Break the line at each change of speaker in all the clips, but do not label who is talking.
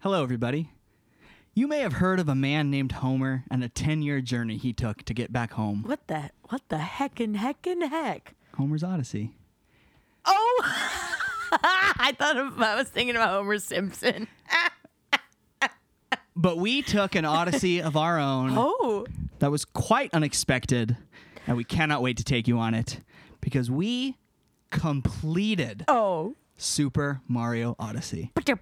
Hello, everybody. You may have heard of a man named Homer and a 10 year journey he took to get back home.
What the what the heck and heck and heck?
Homer's Odyssey.
Oh, I thought of, I was thinking about Homer Simpson.
But we took an Odyssey of our own
Oh,
that was quite unexpected, and we cannot wait to take you on it because we completed
oh.
Super Mario Odyssey.
Bow.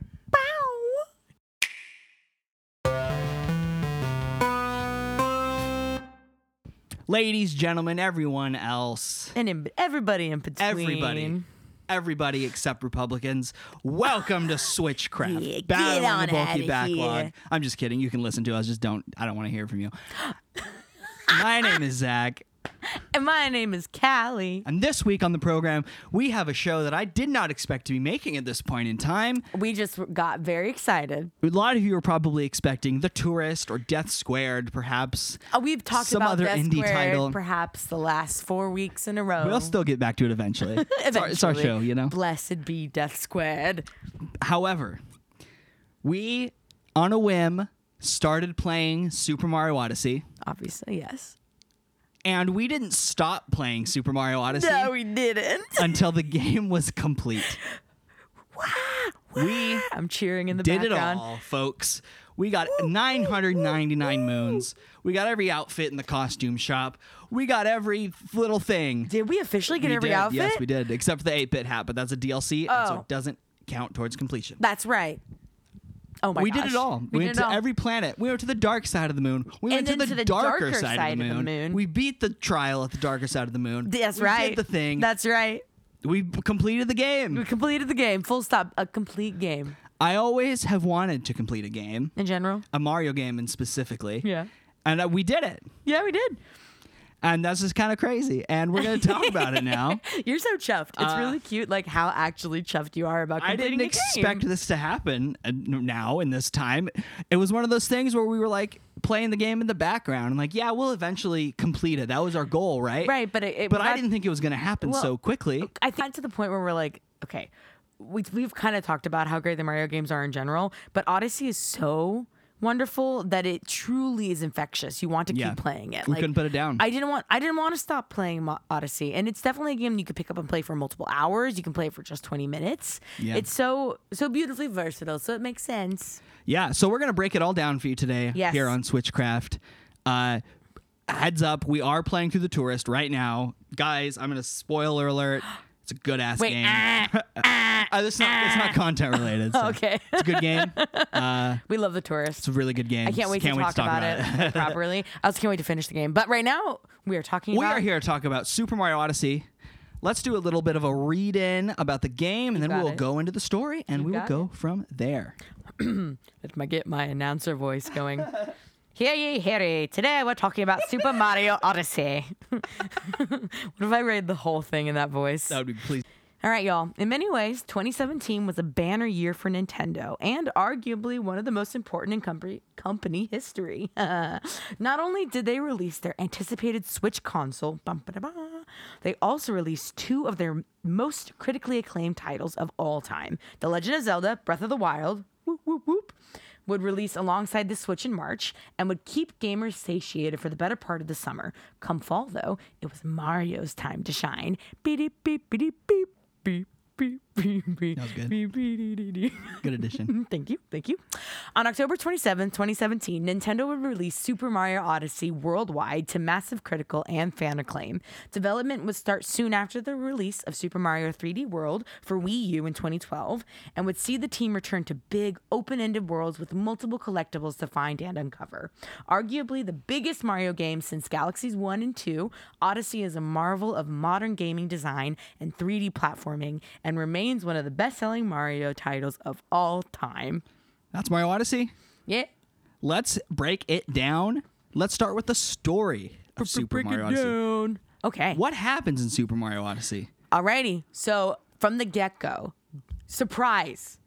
Ladies, gentlemen, everyone else,
And in, everybody in between.
everybody. Everybody except Republicans, welcome to Switchcraft.
Yeah, get
battling
on
the bulky
outta
backlog.
here.
I'm just kidding. You can listen to us. Just don't. I don't want to hear from you. My name is Zach.
And my name is Callie.
And this week on the program, we have a show that I did not expect to be making at this point in time.
We just got very excited.
A lot of you are probably expecting The Tourist or Death Squared, perhaps.
Uh, We've talked
Some
about
other
Death
indie
Squared
title.
perhaps the last four weeks in a row.
We'll still get back to it eventually. It's, our, it's our
Eventually.
show, you know?
Blessed be Death Squared.
However, we, on a whim, started playing Super Mario Odyssey,
Obviously, yes.
and we didn't stop playing Super Mario Odyssey
No, we didn't.
until the game was complete. we
I'm cheering in the
did it
background.
all, folks. We got 999 moons. We got every outfit in the costume shop. We got every little thing.
Did we officially get
We
every
did.
outfit?
Yes, we did, except for the 8 bit hat, but that's a DLC, and so
Oh.
it doesn't count towards completion.
That's right. Oh my
we
gosh.
did it all. We,
We,
went
did it
to
all.
every planet. We went to the dark side of the moon. We went
And
to
then
the,
to the
darker,
darker
side, of, the moon. We beat the trial at the darker side of the moon.
That's
we
right.
did the thing.
That's right.
we b- completed the game.
We completed the game. Full stop. A complete game
I always have wanted to complete a game,
in general.
a Mario game, and specifically.
Yeah.
And uh, we did it.
Yeah, we did.
and that's just kind of crazy. And we're going to talk about it now.
You're so chuffed. It's really cute, like how actually chuffed you are about
Uh, I
completing
didn't
the
expect
game.
this to happen uh, n- now in this time. It was one of those things where we were like playing the game in the background and like, yeah, we'll eventually complete it. That was our goal, right?
Right, but it, it
But I
got-
didn't think it was going to happen
Well,
so quickly.
I think to the point where we're like, okay, we, we've kind of talked about how great the Mario games are in general, but Odyssey is so wonderful that it truly is infectious. You want to
Yeah.
keep playing it.
We couldn't put it down.
I didn't want. I didn't want to stop playing Mo- Odyssey, and it's definitely a game you could pick up and play for multiple hours. You can play it for just twenty minutes.
Yeah.
It's so so beautifully versatile, so it makes sense.
Yeah. So we're going to break it all down for you today
Yes.
here on Switchcraft. Uh, heads up, we are playing through The Tourist right now. Guys, I'm going to spoiler alert. It's a good ass
Wait,
game.
ah,
Uh, it's, not, it's not content related. so
okay,
It's a good game.
we love the tourists.
It's a really good game.
I can't wait to talk, about, it properly. I also can't wait to finish the game. But right now, we are talking
We
about
are here to talk about Super Mario Odyssey. Let's do a little bit of a read in about the game, and then
got
we'll
it.
go into the story and we will
got
go from there.
Let me get my announcer voice going. Hear ye, hear ye. Today we're talking about Super Mario Odyssey. what if I read the whole thing in that voice?
That would be please.
All right, y'all. In many ways, 2017 was a banner year for Nintendo and arguably one of the most important in company, company history. Not only did they release their anticipated Switch console, bum, ba, da, ba, they also released two of their most critically acclaimed titles of all time The Legend of Zelda, Breath of the Wild, whoop, whoop, whoop, would release alongside the Switch in March and would keep gamers satiated for the better part of the summer. Come fall, though, it was Mario's time to shine. Beep, beep, beep, beep, beep, beep, beep, beep. That
was good.
Beep, beep, dee, dee, dee.
Good addition.
Thank you. Thank you. On October 27, 2017, Nintendo would release Super Mario Odyssey worldwide to massive critical and fan acclaim. Development would start soon after the release of Super Mario 3D World for Wii U in 2012 and would see the team return to big, open ended worlds with multiple collectibles to find and uncover. Arguably the biggest Mario game since Galaxies 1 and 2, Odyssey is a marvel of modern gaming design and 3D platforming and remains one of the best selling Mario titles of all time.
That's Mario Odyssey.
Yeah.
Let's break it down. Let's start with the story of Super Mario Odyssey.
down. Okay.
What happens in Super Mario Odyssey?
Alrighty. So from the get go, surprise.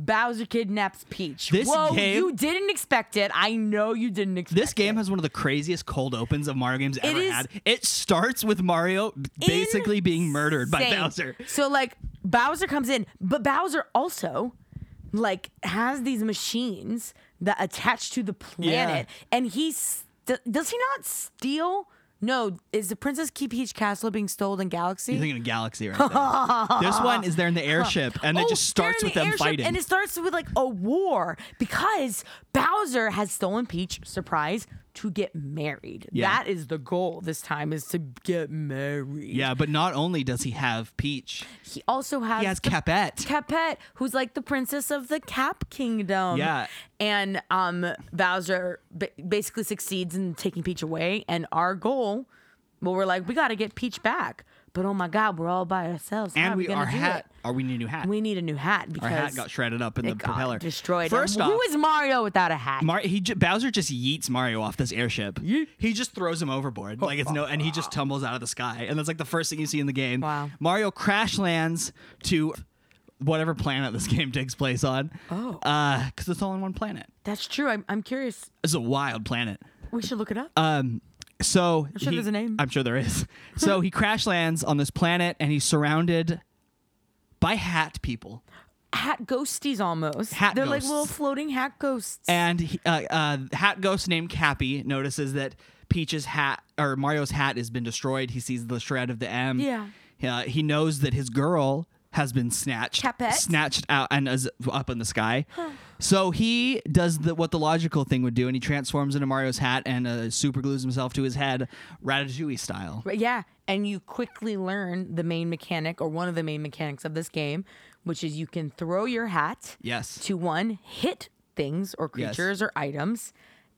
Bowser kidnaps Peach.
This
Whoa,
game-
you didn't expect it. I know you didn't expect
This game has one of the craziest cold opens of Mario games ever
is
had. It starts with Mario basically being murdered by
Insane.
Bowser.
So like Bowser comes in, but Bowser also like has these machines that attach to the planet, and he's does he not steal? No, is the Princess Key Peach Castle being stolen in Galaxy?
You're thinking of Galaxy right there. this one is there in the airship, and it
Oh,
just
they're
starts
in
with
the
them
airship,
fighting.
And it starts with like a war because Bowser has stolen Peach, surprise, to get married.
Yeah.
That is the goal this time is to get married.
yeah, but not only does he have Peach,
He also has,
he has
the-
Capette.
Capette, who's like the princess of the Cap Kingdom.
Yeah.
And um, Bowser ba- basically succeeds in taking Peach away. And our goal, well, we're like, we got to get Peach back. But oh my God, we're all by ourselves. How
And
are we,
we
gonna
our
do
hat.
it?
Are we need a new hat?
We need a new hat because
our hat got shredded up in the
it got
propeller.
destroyed.
First
And
off,
who is Mario without a hat?
Mar- he j- Bowser just yeets Mario off this airship.
Yeet.
He just throws him overboard like it's no, and he just tumbles out of the sky, and that's like the first thing you see in the game.
Wow.
Mario crash lands to whatever planet this game takes place on.
Oh.
because it's all in one planet.
That's true. I'm, I'm curious.
It's a wild planet.
We should look it up.
Um, so I'm
sure there's a name.
I'm sure there is. So he crash lands on this planet, and he's surrounded by hat people.
hat ghosties almost.
Hat
They're like
ghosts.
little floating hat ghosts.
And he, uh, uh, hat ghost named Cappy notices that Peach's hat or Mario's hat has been destroyed. He sees the shred of the M.
Yeah.
Uh, he knows that his girl has been snatched,
Capette?
snatched out, and is up in the sky. So he does the, what the logical thing would do, and he transforms into Mario's hat and uh, super glues himself to his head, Ratatouille style.
But yeah, and you quickly learn the main mechanic or one of the main mechanics of this game, which is you can throw your hat
Yes.
to one, hit things or
Yes.
creatures or items,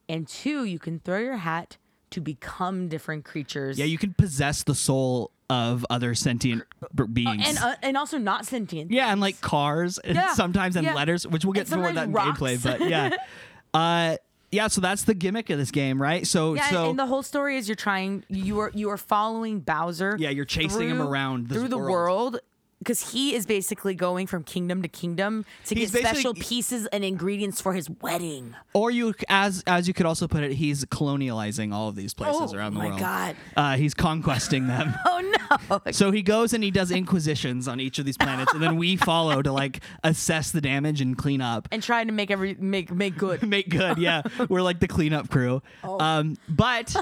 and two, you can throw your hat to become different creatures.
Yeah, you can possess the soul of other sentient b- beings.
and uh, and also not sentient.
Yeah, and like cars, and
Yeah,
sometimes and
yeah.
letters, which we'll get
And
more of that in
sometimes
gameplay.
rocks.
But yeah, uh, yeah. So that's the gimmick of this game, right? So
Yeah, and-
so
and the whole story is you're trying you are you are following Bowser.
Yeah, you're chasing him around this
through the
world.
world. Because he is basically going from kingdom to kingdom to
He's
get special
basically-
pieces and ingredients for his wedding.
or you as as you could also put it, he's colonializing all of these places
Oh,
around the
my
world.
God.
uh, he's conquesting them.
Oh no!
So he goes and he does inquisitions on each of these planets, and then we follow to like assess the damage and clean up.
And trying to make every make make good.
make good. Yeah, we're like the cleanup crew.
Oh.
Um, but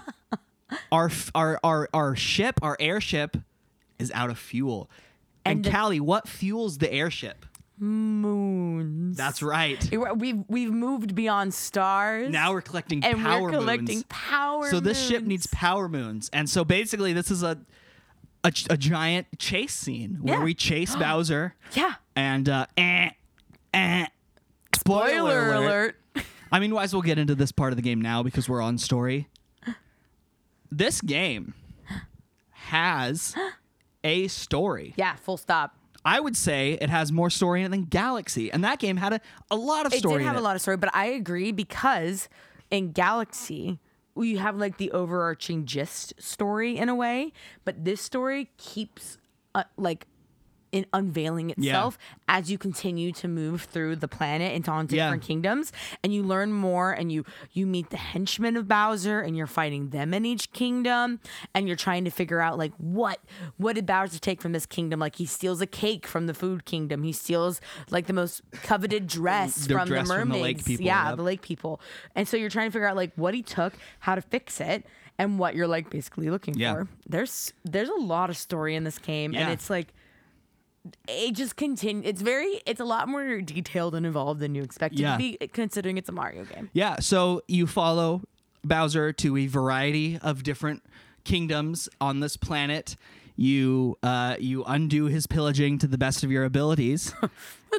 our f- our our our ship, our airship, is out of fuel. And,
And the-
Callie, what fuels the airship?
Moons.
That's right.
We've we've moved beyond stars.
Now we're collecting
and
power
we're collecting
moons.
power.
so this ship
moons.
needs power moons, and so basically this is a a, ch- a giant chase scene where
Yeah.
we chase Bowser.
Yeah.
And uh, eh, eh. Spoiler,
Spoiler alert.
I mean, might as well get into this part of the game now because we're on story. This game has a story.
Yeah. Full stop.
I would say it has more story in it than Galaxy, and that game had a, a lot of
It
story.
did have
in
a lot of story, but I agree because in Galaxy we have like the overarching gist story in a way, but this story keeps uh, like in unveiling itself as you continue to move through the planet into on
Yeah.
different kingdoms and you learn more and you you meet the henchmen of Bowser and you're fighting them in each kingdom and you're trying to figure out like what what did Bowser take from this kingdom like he steals a cake from the food kingdom he steals like the most coveted dress
Their
from
dress
the mermaids
from the lake people,
yeah
yep.
the lake people and so you're trying to figure out like what he took how to fix it and what you're like basically looking
Yeah.
for there's there's a lot of story in this game and
Yeah.
it's like it just continue. It's very. It's a lot more detailed and involved than you expect it
Yeah.
to be, considering it's a Mario game.
Yeah, so you follow Bowser to a variety of different kingdoms on this planet. You uh, you undo his pillaging to the best of your abilities.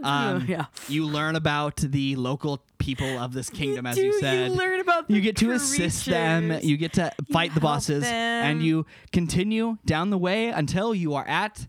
Um,
yeah.
You learn about the local people of this kingdom, as
do,
you
you
said.
learn about the
You get to assist them.
creatures.
You get to fight the
help
bosses, and
them.
you continue down the way until you are at.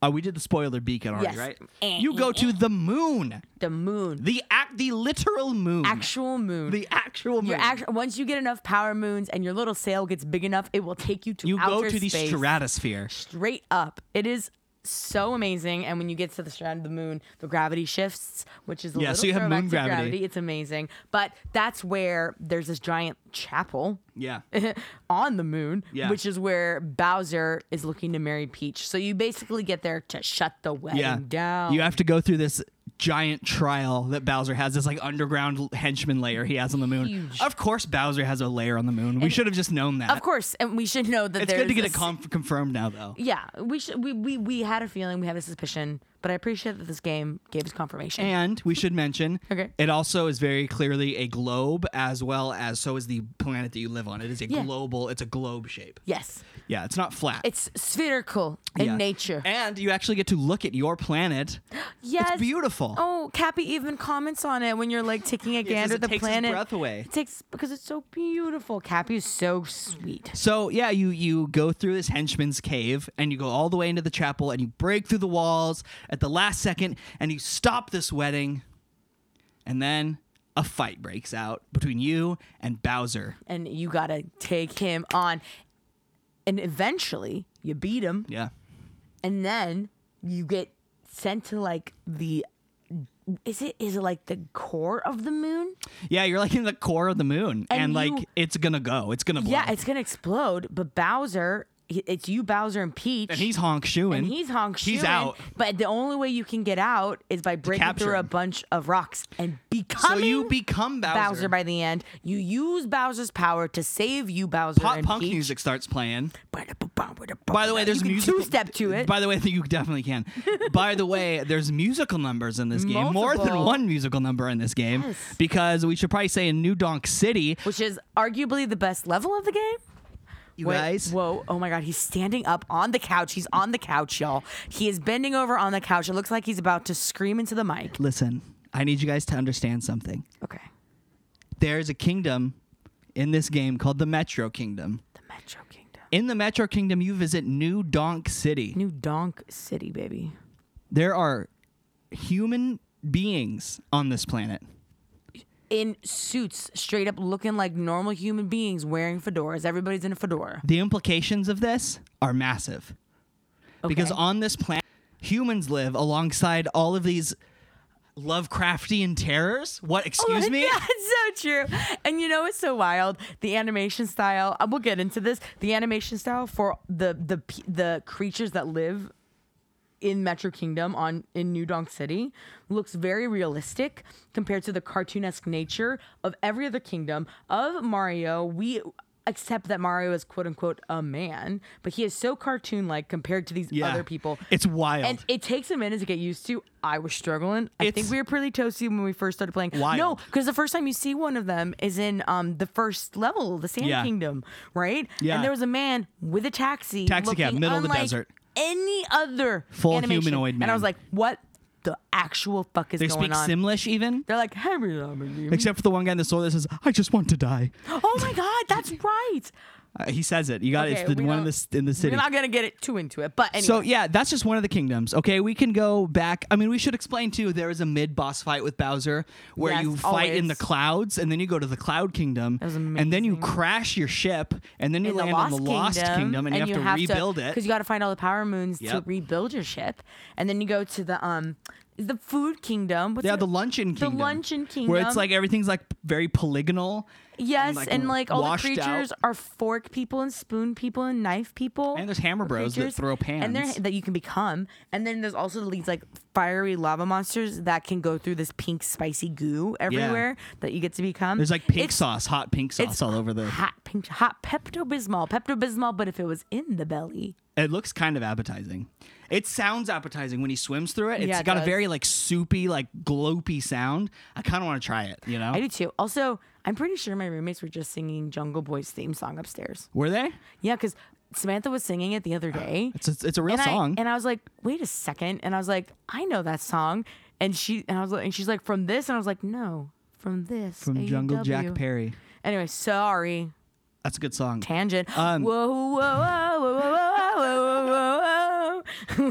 Oh, we did the spoiler beacon already,
Yes.
right?
Eh,
You
eh,
go
eh.
to the moon,
The moon,
the act, the literal moon,
actual moon.
the actual moon.
your actual, once you get enough power moons and your little sail gets big enough, it will take you to
you go
outer
to the
space,
stratosphere.
straight up. It is so amazing. And when you get to the strand of the moon, the gravity shifts, which is a
Yeah,
little
so you have
throwback
moon
to
gravity.
It's amazing. But that's where there's this giant chapel
Yeah.
on the moon,
Yeah.
which is where Bowser is looking to marry Peach. So you basically get there to shut the wedding
Yeah.
down.
You have to go through this giant trial that Bowser has, this like underground henchman layer he has on the moon.
Huge.
Of course, Bowser has a layer on the moon. we should have just known that.
Of course, and we should know that
it's
there's
good to get
a
it conf- confirmed now, though.
Yeah, we should. We, we we had a feeling. We had a suspicion, but I appreciate that this game gave us confirmation.
And we should mention
Okay.
it also is very clearly a globe as well as so is the planet that you live on. It is a
Yeah.
global, it's a globe shape.
yes,
Yeah, it's not flat.
it's spherical in
Yeah.
nature.
And you actually get to look at your planet.
yes,
It's beautiful.
Oh, Cappy even comments on it when you're like taking a gander
it
at the
takes his
planet.
breath away.
It takes because it's so beautiful. Cappy is so sweet.
So yeah, you you go through this henchman's cave and you go all the way into the chapel and you break through the walls at the last second and you stop this wedding. And then a fight breaks out between you and Bowser.
and you gotta take him on. And eventually, you beat him,
Yeah.
and then you get sent to like the. Is it is it like the core of the moon?
Yeah, you're like in the core of the moon and,
And
like
you-
it's going to go. It's going to blow.
Yeah, it's gonna explode. But Bowser, he- it's you, Bowser, and Peach.
and he's honk shoeing.
and he's honk
He's
shooing,
out.
But the only way you can get out is by breaking
capture
through a
him.
bunch of rocks and
So
becoming
you become Bowser.
Bowser by the end. You use Bowser's power to save you, Bowser.
Pop
and
punk
Peach.
music starts playing. By the way, there's
you can
musical
two step to it.
By the way, I think you definitely can. By the way, there's musical numbers in this game. More than
Multiple.
one musical number in this game.
Yes.
Because we should probably say in New Donk City,
which is arguably the best level of the game.
you
Wait,
guys.
Whoa, oh my god, he's standing up on the couch. He's on the couch, y'all. He is bending over on the couch. It looks like he's about to scream into the mic.
Listen, I need you guys to understand something.
Okay.
There's a kingdom in this game called the Metro Kingdom.
The Metro Kingdom.
In the Metro Kingdom, you visit New Donk City.
New Donk City, baby.
There are human beings on this planet.
In suits, straight up looking like normal human beings wearing fedoras. Everybody's in a fedora.
The implications of this are massive. Because
Okay.
on this planet, humans live alongside all of these Lovecraftian terrors. What? Excuse me?
Oh, Yeah, it's so true. And you know what's so wild? The animation style. uh, We'll get into this. The animation style for the the p- the creatures that live in Metro Kingdom on in New Donk City looks very realistic compared to the cartoonesque nature of every other kingdom of Mario. We accept that Mario is quote unquote a man, but he is so cartoon like compared to these
Yeah.
other people.
It's wild.
And it takes a minute to get used to. I was struggling. I
It's-
think we were pretty toasty when we first started playing. No,
Wild.
because the first time you see one of them is in um the first level, the Sand
Yeah.
Kingdom, right?
Yeah.
And there was a man with a taxi,
Taxi cab,
looking
middle of the
unlike
desert.
Any other
Full
animation.
humanoid
And I was
man.
like, what the actual fuck is
they
going
speak
on?
Simlish even,
They're like, hey, Ramen."
except for the one guy in the store that says, "I just want to die."
oh my god, that's right.
Uh, he says it. You got it.
Okay,
It's the
we
one in
don't-
the s- in the
We're
city.
not gonna get it too into it, but anyway.
So yeah, that's just one of the kingdoms. Okay, we can go back. I mean, we should explain too. There is a mid boss fight with Bowser where
Yes,
you fight in
always.
the clouds, and then you go to the Cloud Kingdom,
was
and then you crash your ship, and then you
in
land on the Lost Kingdom, and, you have to rebuild it.
because you got to find all the power moons to
Yep.
rebuild your ship, and then you go to the um the food kingdom. What's
Yeah,
it-
the luncheon kingdom.
luncheon
Where it's
kingdom.
like everything's like very polygonal.
yes,
and,
and
like,
like, all the
washed out.
creatures are fork people and spoon people and knife people,
And there's hammer
or
bros that
creatures,
throw
and they're,
pans.
that you can become. And then there's also these like fiery lava monsters that can go through this pink spicy goo everywhere that you get to become.
There's like pink
It's
sauce, hot pink sauce all over the.
Hot pink, hot Pepto Bismol, Pepto Bismol, but if it was in the belly,
It looks kind of appetizing. It sounds appetizing when he swims through it. It's
Yeah, it
got a
does.
very like soupy, like glopey sound. I kind of want to try it. You know?
I do too. Also, I'm pretty sure my roommates were just singing Jungle Boy's theme song upstairs.
Were they?
Yeah, because Samantha was singing it the other day.
It's a, it's a real
and
song.
I, and I was like, wait a second. And I was like, I know that song. And she and I was like, and she's like, from this. And I was like, no, from this.
From Jungle Jack
AEW."
Perry.
Anyway, sorry,
That's a good song.
tangent.
Um,
whoa, whoa, whoa, whoa, whoa, whoa, whoa, whoa, whoa, whoa, whoa,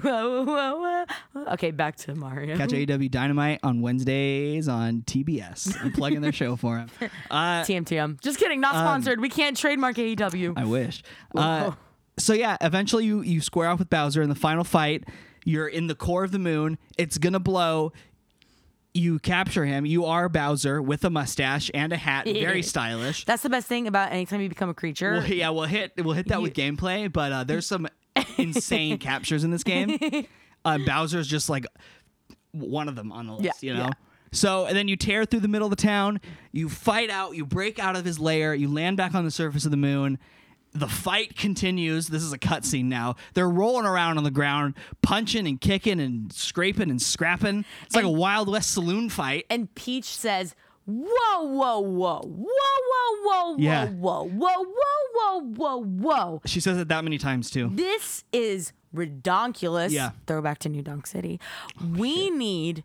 whoa, whoa, whoa. Okay, back to Mario.
Catch AEW Dynamite on Wednesdays on TBS. I'm plugging their show for him. Uh,
TMTM. Just kidding. Not
Um,
sponsored. we can't trademark E AEW.
I wish. Uh, so yeah, eventually you you square off with Bowser in the final fight. You're in the core of the moon. It's gonna blow. You capture him. You are Bowser with a mustache and a hat, very stylish.
That's the best thing about anytime you become a creature.
Well, yeah, we'll hit we'll hit that with gameplay, but uh, there's some insane captures in this game. Uh, Bowser's just like one of them on the list, you know?
yeah.
So, and then you tear through the middle of the town, you fight out, you break out of his lair, you land back on the surface of the moon. The fight continues. This is a cutscene now. They're rolling around on the ground, punching and kicking and scraping and scrapping. It's like a Wild West saloon fight.
And Peach says, Whoa, whoa, whoa, whoa, whoa, whoa,
Yeah.
whoa, whoa, whoa, whoa, whoa, whoa, whoa.
She says it that many times too.
This is redonkulous.
Yeah. Oh,
Throwback to New Dunk City. we need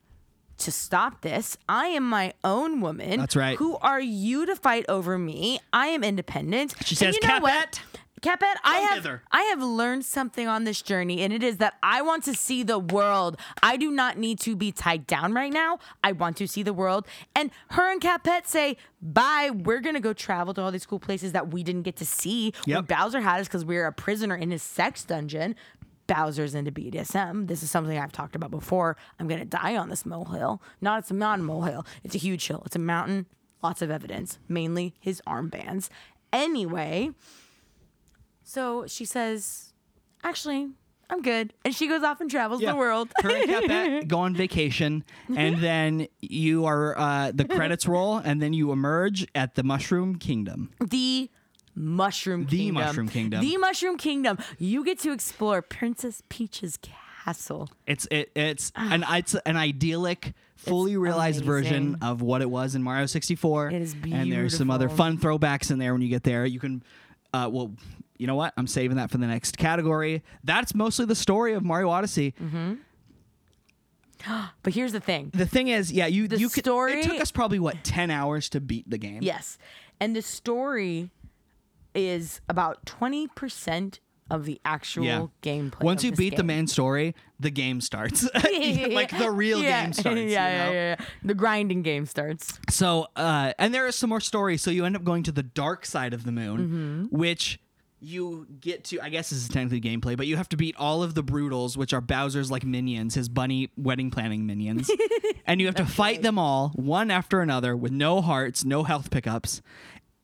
to stop this. I am my own woman.
That's right.
Who are you to fight over me? I am independent.
She
And
says,
you know what?
"Capet,
Capet, I
come
have
hither."
I have learned something on this journey, and it is that I want to see the world. I do not need to be tied down right now. I want to see the world. And her and Capet say, "Bye. We're gonna go travel to all these cool places that we didn't get to see. When
Yep.
Bowser had us because we were a prisoner in his sex dungeon. Bowser's into BDSM. This is something I've talked about before. I'm gonna die on this molehill. Not it's not a molehill. It's a huge hill. It's a mountain. Lots of evidence, mainly his armbands. Anyway, so she says, "Actually, I'm good," and she goes off and travels the world.
Her and Capet go on vacation, and then you are uh, the credits roll, and then you emerge at the Mushroom Kingdom.
the Mushroom
The
Kingdom.
Mushroom Kingdom.
The Mushroom Kingdom. You get to explore Princess Peach's castle.
It's it, it's an it's an idyllic, fully
Ah. It's
realized version
amazing.
of what it was in Mario 64.
It is
And there's some other
beautiful.
fun throwbacks in there when you get there. You can, uh, well, you know what? I'm saving that for the next category. That's mostly the story of Mario Odyssey.
Mm-hmm. But here's the thing.
The thing is, yeah, you you could-
story-
it took us probably what ten hours to beat the game.
Yes. And the story is about 20% of the actual gameplay.
Once
of
you
this
beat the
game.
main story, the game starts. like the real
Yeah.
game starts.
Yeah,
you
yeah,
know?
yeah, yeah. The grinding game starts.
So, uh, and there is some more story. So you end up going to the dark side of the moon,
Mm-hmm.
which you get to. I guess this is technically gameplay, but you have to beat all of the Brutals, which are Bowser's like minions, his bunny wedding planning minions, and you have to fight them all one after another with no hearts, no health pickups.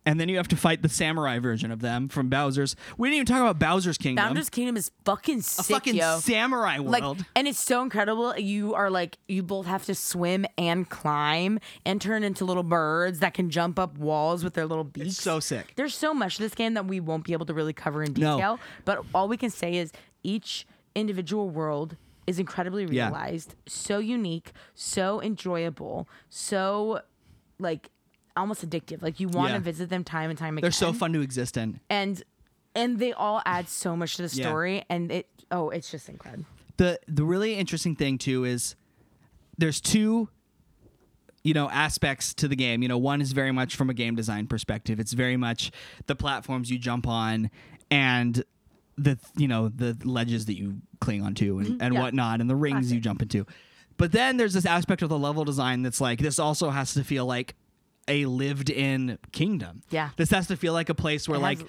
And then you have to fight the samurai version of them from Bowser's. We didn't even talk about Bowser's Kingdom.
Founders Kingdom is fucking sick,
fucking
yo.
samurai world.
like, and it's so incredible. You are like, you both have to swim and climb and turn into little birds that can jump up walls with their little beaks.
so sick.
There's so much to this game that we won't be able to really cover in
No.
detail. But all we can say is each individual world is incredibly
Yeah.
realized, so unique, so enjoyable, so like almost addictive. Like you want to
Yeah.
visit them time and time again
They're so fun to exist in.
and and they all add so much to the
Yeah.
story and it oh it's just incredible
the the really interesting thing too is there's two you know aspects to the game you know one is very much from a game design perspective it's very much the platforms you jump on and the you know the ledges that you cling onto and, and
Mm-hmm. Yeah.
whatnot and the rings you jump into but then there's this aspect of the level design that's like this also has to feel like a lived in kingdom
Yeah.
this has to feel like a place where
It has-
like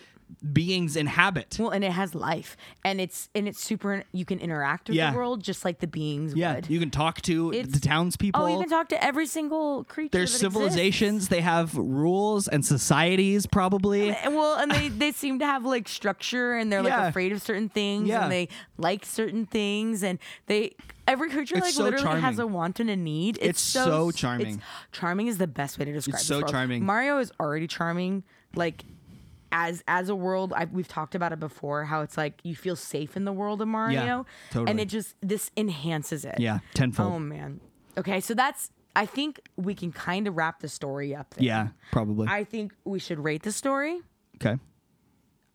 beings inhabit
well and it has life and it's and it's super you can interact with
Yeah.
the world just like the beings
yeah
would
you can talk to the
It's-
townspeople
oh you can talk to every single creature
There's
that
civilizations. They have rules and societies, probably.
exists. And well and they they seem to have like structure and they're
Yeah.
like afraid of certain things
Yeah.
and they like certain things and they every creature
It's
like
so
literally has
charming.
a want and a need it's,
It's so charming.
it's- charming is the best way to describe
It's
this
so
world.
charming.
mario is already charming like as as a world I, we've talked about it before how it's like you feel safe in the world of mario and
totally.
it just this enhances it
Yeah, tenfold.
oh man okay so that's i think we can kind of wrap the story up there.
yeah, probably.
I think we should rate the story.
okay,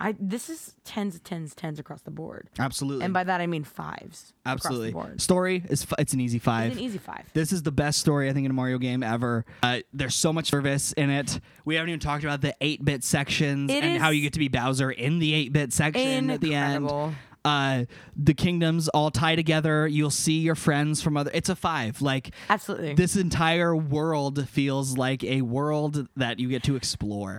I this is tens, tens, tens across the board,
absolutely,
and by that I mean fives. across the
absolutely.
board.
Story is f- it's an easy five.
It's an easy five.
This is the best story I think in a Mario game ever. Uh, there's so much service in it. We haven't even talked about the 8-bit sections
It
and
is
how you get to be Bowser in the 8-bit section at the
Incredible.
end. Uh, the kingdoms all tie together. You'll see your friends from other. It's a five. Like
Absolutely.
this entire world feels like a world that you get to explore.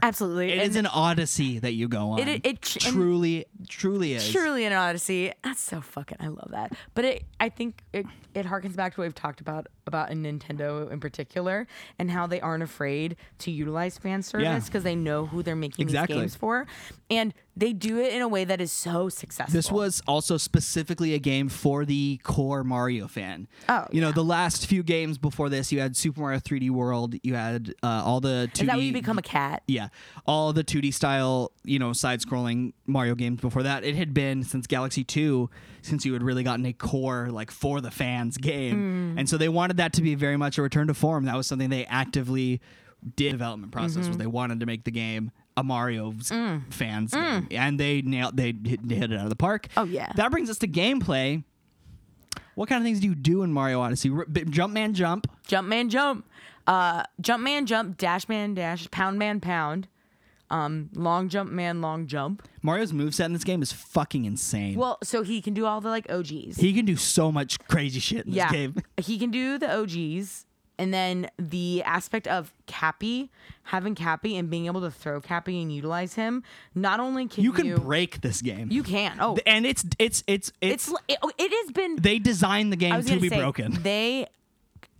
It
Absolutely. And
is an odyssey that you go on.
It- it- it- and-
truly, truly is.
Surely an odyssey. That's so fucking. I love that. But it, I think it, it harkens back to what we've talked about about in Nintendo in particular, and how they aren't afraid to utilize fan service because they know who they're making
Exactly.
these games for. And They do it in a way that is so successful.
This was also specifically a game for the core Mario fan.
Oh,
you know the last few games before this, you had Super Mario 3D World, you had uh, all the 2D.
Is that when you become a cat?
yeah, all the 2D style, you know, side-scrolling Mario games before that. It had been since Galaxy 2, since you had really gotten a core like for the fans
Mm.
game, and so they wanted that to be very much a return to form. That was something they actively did development process
Mm-hmm.
was they wanted to make the game a Mario
Mm.
fans game, and they nailed they hit, they hit it out of the park.
Oh, yeah.
that brings us to gameplay. What kind of things do you do in Mario Odyssey? R- b- jump man, jump.
Jump man jump. Uh jump man jump, dash man dash, pound man pound. Um long jump man long jump.
Mario's moveset in this game is fucking insane.
Well, so he can do all the like OGs.
He can do so much crazy shit in this
yeah.
game.
He can do the OGs and then the aspect of Cappy, having Cappy and being able to throw Cappy and utilize him, not only can
You
you
can break this game.
you can. Oh,
and it's it's it's it's,
it's li- it, oh, it has been
they designed the
I
game
was
to
gonna
be
say,
broken.
They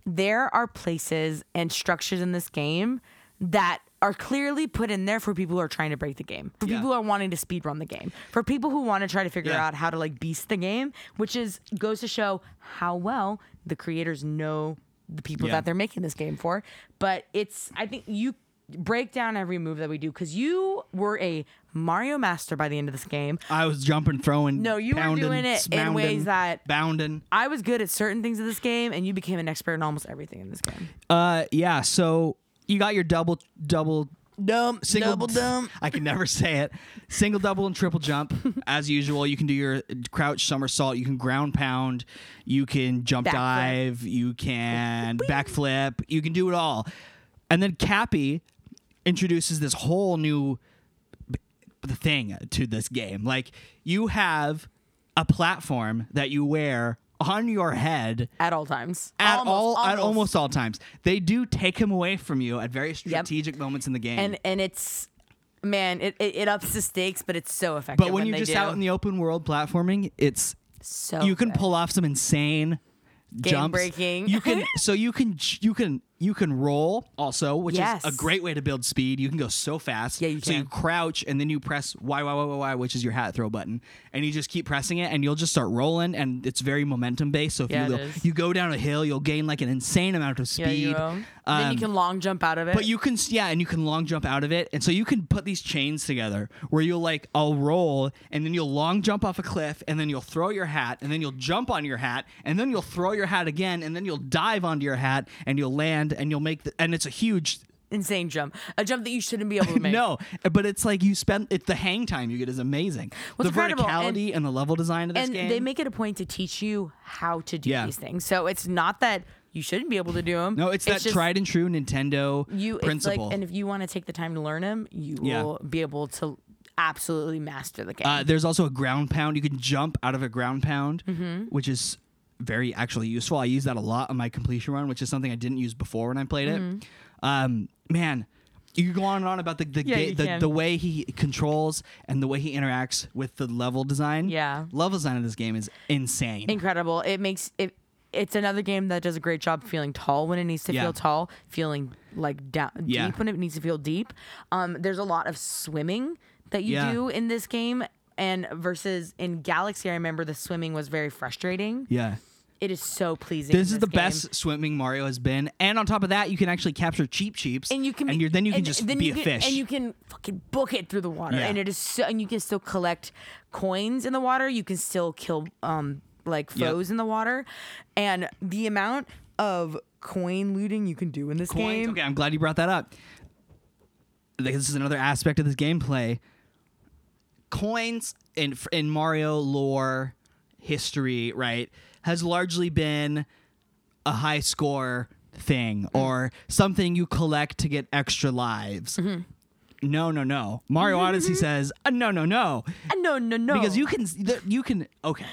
there are places and structures in this game that are clearly put in there for people who are trying to break the game, for
Yeah.
people who are wanting to speed run the game, for people who want to try to figure
Yeah.
out how to like beast the game, which is goes to show how well the creators know the people
Yeah.
that they're making this game for. But it's I think you break down every move that we do because you were a Mario master by the end of this game.
I was jumping, throwing.
No, you were
pounding,
doing it in ways
smounding,
that-
bounding.
I was good at certain things in this game, and you became an expert in almost everything in this game.
Uh, yeah. So you got your double, double,
Dump,
single, I can never say it. Single, double, and triple jump, as usual. You can do your crouch somersault. You can ground pound. You can jump
Backflip.
dive. You can backflip. You can do it all. And then Cappy introduces this whole new the thing to this game. Like you have a platform that you wear on your head
at all times.
at all at almost all times. They do take him away from you at very strategic moments in the game.
And and it's man, it, it, it ups the stakes, but it's so effective.
but when, you're
they
just
do.
out in the open world platforming, it's
so
you can
good.
pull off some insane jumps.
breaking.
You can so you can you can you can roll also, which
Yes.
is a great way to build speed. You can go so fast.
Yeah, you
so you
can.
crouch and then you press Y Y Y Y Y, which is your hat throw button, and you just keep pressing it, and you'll just start rolling, and it's very momentum based. So if
Yeah,
you
it
go,
is.
you go down a hill, you'll gain like an insane amount of
yeah, you
speed.
will. then you
Um,
can long jump out of it.
but you can, yeah, and you can long jump out of it. And so you can put these chains together where you'll like, I'll roll and then you'll long jump off a cliff and then you'll throw your hat and then you'll jump on your hat and then you'll throw your hat again and then you'll dive onto your hat and you'll land and you'll make the, and it's a huge,
insane jump, a jump that you shouldn't be able to make.
no, but it's like you spend, it's the hang time you get is amazing.
Well, it's
the
incredible, and-
verticality and, the level design of this
and
game.
they make it a point to teach you how to do
Yeah.
these things. So it's not that you shouldn't be able to do them.
no, it's, that
just
tried and true Nintendo
you it's
principle.
like, and if you want to take the time to learn them, you
Yeah.
will be able to absolutely master the game.
Uh, there's also a ground pound. You can jump out of a ground pound,
Mm-hmm.
which is very actually useful. I use that a lot on my completion run, which is something I didn't use before when I played it. Um, man, you could go on and on about the the,
Mm-hmm. Yeah,
ga-
you
the
can.
the way he controls and the way he interacts with the level design.
Yeah.
level design of this game is insane.
incredible. It makes it. It's another game that does a great job feeling tall when it needs to
Yeah.
feel tall, feeling like down
Yeah.
deep when it needs to feel deep. Um, there's a lot of swimming that you
Yeah.
do in this game, and versus in Galaxy, I remember the swimming was very frustrating.
yeah.
It is so pleasing.
This
in
is the
game.
best swimming Mario has been, and on top of that, you can actually capture cheap cheeps,
and you can
and
be-
you're, then you can
and
just
then
be
you
a
can-
fish.
and you can fucking book it through the water
Yeah.
and it is so and you can still collect coins in the water you can still kill um like
Yep.
foes in the water and the amount of coin looting you can do in this
Coins.
game
Okay, I'm glad you brought that up. I think This is another aspect of this gameplay. Coins in in Mario lore history, right, has largely been a high score thing or something you collect to get extra lives. No, no, no. Mario Odyssey says, uh, no, no, no,
Uh, no no no
because you can you can okay.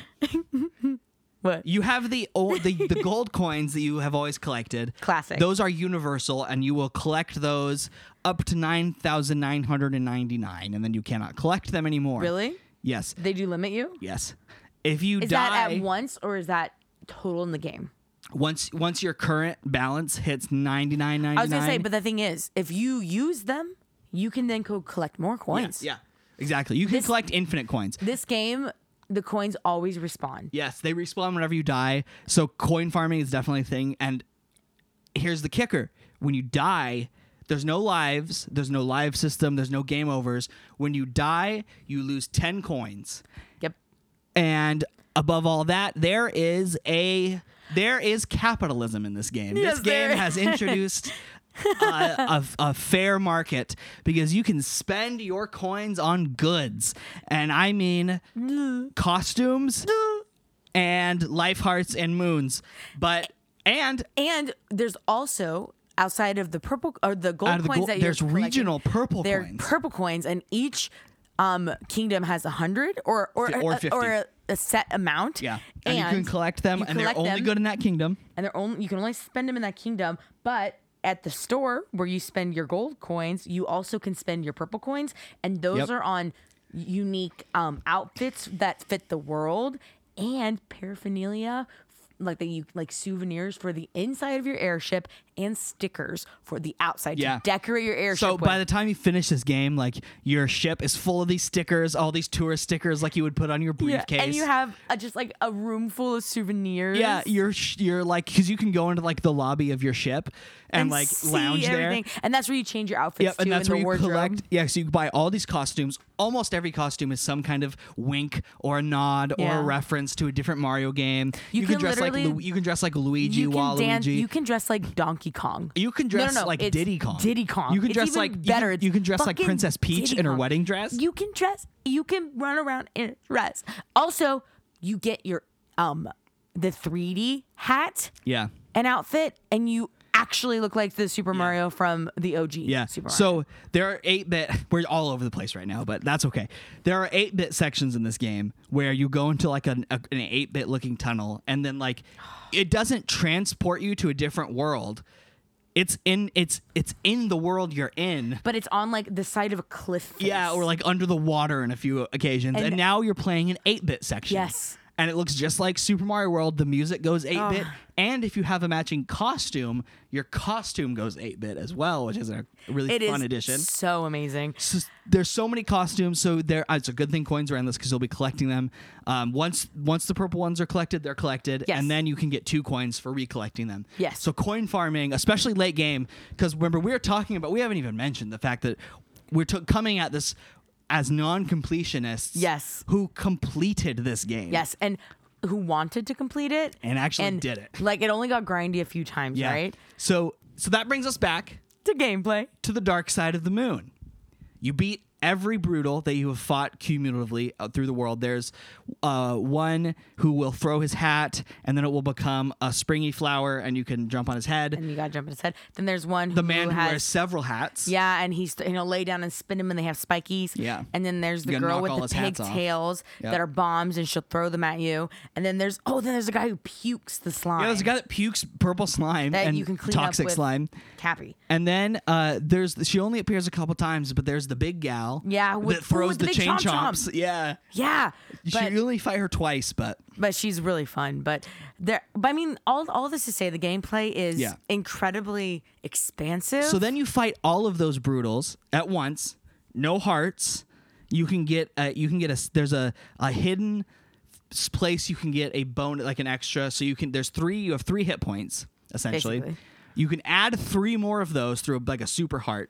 what
You have the old, the, the gold coins that you have always collected.
Classic.
Those are universal, and you will collect those up to nine thousand nine hundred and ninety nine, and then you cannot collect them anymore.
really
Yes.
they do limit you
Yes. If you
is
die
that at once or is that total in the game
once once your current balance hits ninety nine ninety nine.
i was gonna say but the thing is if you use them you can then go collect more coins
yeah. Exactly. You can collect infinite coins.
This game, the coins always respawn.
Yes, they respawn whenever you die. So coin farming is definitely a thing. And here's the kicker: when you die, there's no lives, there's no live system, there's no game overs. When you die, you lose ten coins.
Yep.
And above all that, there is a there is capitalism in this game.
Yes,
this
there
game has introduced uh, a, a fair market because you can spend your coins on goods, and I mean costumes and life hearts and moons, but and
And there's also outside of the purple or the gold
Out of the
coins
gold-
that you're
there's
collecting,
regional purple
there are
coins.
purple coins, and each um, kingdom has a hundred or or
Fi- or 50.
or a, a set amount.
yeah,
and,
and, you can collect them,
you
and they're
collect
only
them.
good in that kingdom.
and they're only you can only spend them in that kingdom, but at the store where you spend your gold coins, you also can spend your purple coins, and those
Yep.
are on unique um, outfits that fit the world and paraphernalia f- like that you like souvenirs for the inside of your airship and stickers for the outside
Yeah.
to decorate your airship.
So by
with.
the time you finish this game, like your ship is full of these stickers, all these tourist stickers, like you would put on your
Yeah,
briefcase.
and you have a, just like a room full of souvenirs.
Yeah, you're sh- you're like because you can go into like the lobby of your ship and, like
see
lounge
everything.
there.
and that's where you change your outfits
Yep,
to
and that's
in the
where you
wardrobe.
collect. Yeah, so you can buy all these costumes. Almost every costume is some kind of wink or a nod or
Yeah.
a reference to a different Mario game. You,
can
dress like
literally-
Lu- you can dress like Luigi,
you can
Waluigi.
dance. You can dress like Donkey Kong.
You can
No, no,
dress
no,
like
it's
Diddy Kong.
Diddy Kong.
You can
It's
dress
even
like- you
better.
can-
It's
you can dress like
fucking
Princess Peach
Diddy
in her
Kong.
wedding dress.
You can dress. You can run around in a dress. Also, you get your um the 3D hat
yeah,
and outfit, and you actually look like the Super Mario from the OG.
yeah.
Super Mario.
So there are eight bit. We're all over the place right now, but that's okay. There are eight bit sections in this game where you go into like an, a, an eight bit looking tunnel, and then like it doesn't transport you to a different world. It's in it's it's in the world you're in.
but it's on like the side of a cliff. Face.
Yeah, or like under the water in a few occasions. And,
And-
now you're playing an 8 bit section.
Yes.
And it looks just like Super Mario World. The music goes 8 bit. And if you have a matching costume, your costume goes 8 bit as well, which is a really
it is
fun addition.
so amazing.
So there's so many costumes, so there. uh, It's a good thing coins are endless because you'll be collecting them. Um, once once the purple ones are collected, they're collected,
Yes.
and then you can get two coins for recollecting them.
Yes.
So coin farming, especially late game, because remember we were talking about we haven't even mentioned the fact that we're to coming at this as non-completionists.
Yes.
Who completed this game?
Yes, and who wanted to complete it
And actually
and
did it.
Like it only got grindy a few times,
Yeah.
right?
So so that brings us back
To gameplay.
to the dark side of the moon. You beat every brutal that you have fought cumulatively out through the world. There's uh, one who will throw his hat, and then it will become a springy flower, and you can jump on his head.
and you gotta jump in his head. Then there's one
The man who,
has,
wears several hats.
yeah, and he's you know lay down and spin him, and they have spikies.
Yeah.
and then there's the
gotta
girl
knock
with
all
the
his hats off.
pigtails
Yep.
that are bombs, and she'll throw them at you. And then there's oh, then there's a guy who pukes the slime.
Yeah, there's a guy that pukes purple slime
that
and
you can clean
toxic
up with
slime.
Cappy.
And then uh, there's she only appears a couple times, but there's the big gal.
Yeah, with-
that
ooh,
throws
with the
the
big
chain
chomp chomp.
chomps. Yeah,
Yeah, but
she only fight her twice, but
but she's really fun. But there, but I mean, all all this to say, the gameplay is
Yeah.
incredibly expansive.
So then you fight all of those brutals at once, no hearts. You can get uh, you can get a s- there's a a hidden s- place you can get a bone like an extra. So you can there's three you have three hit points essentially.
Basically.
You can add three more of those through like a super heart.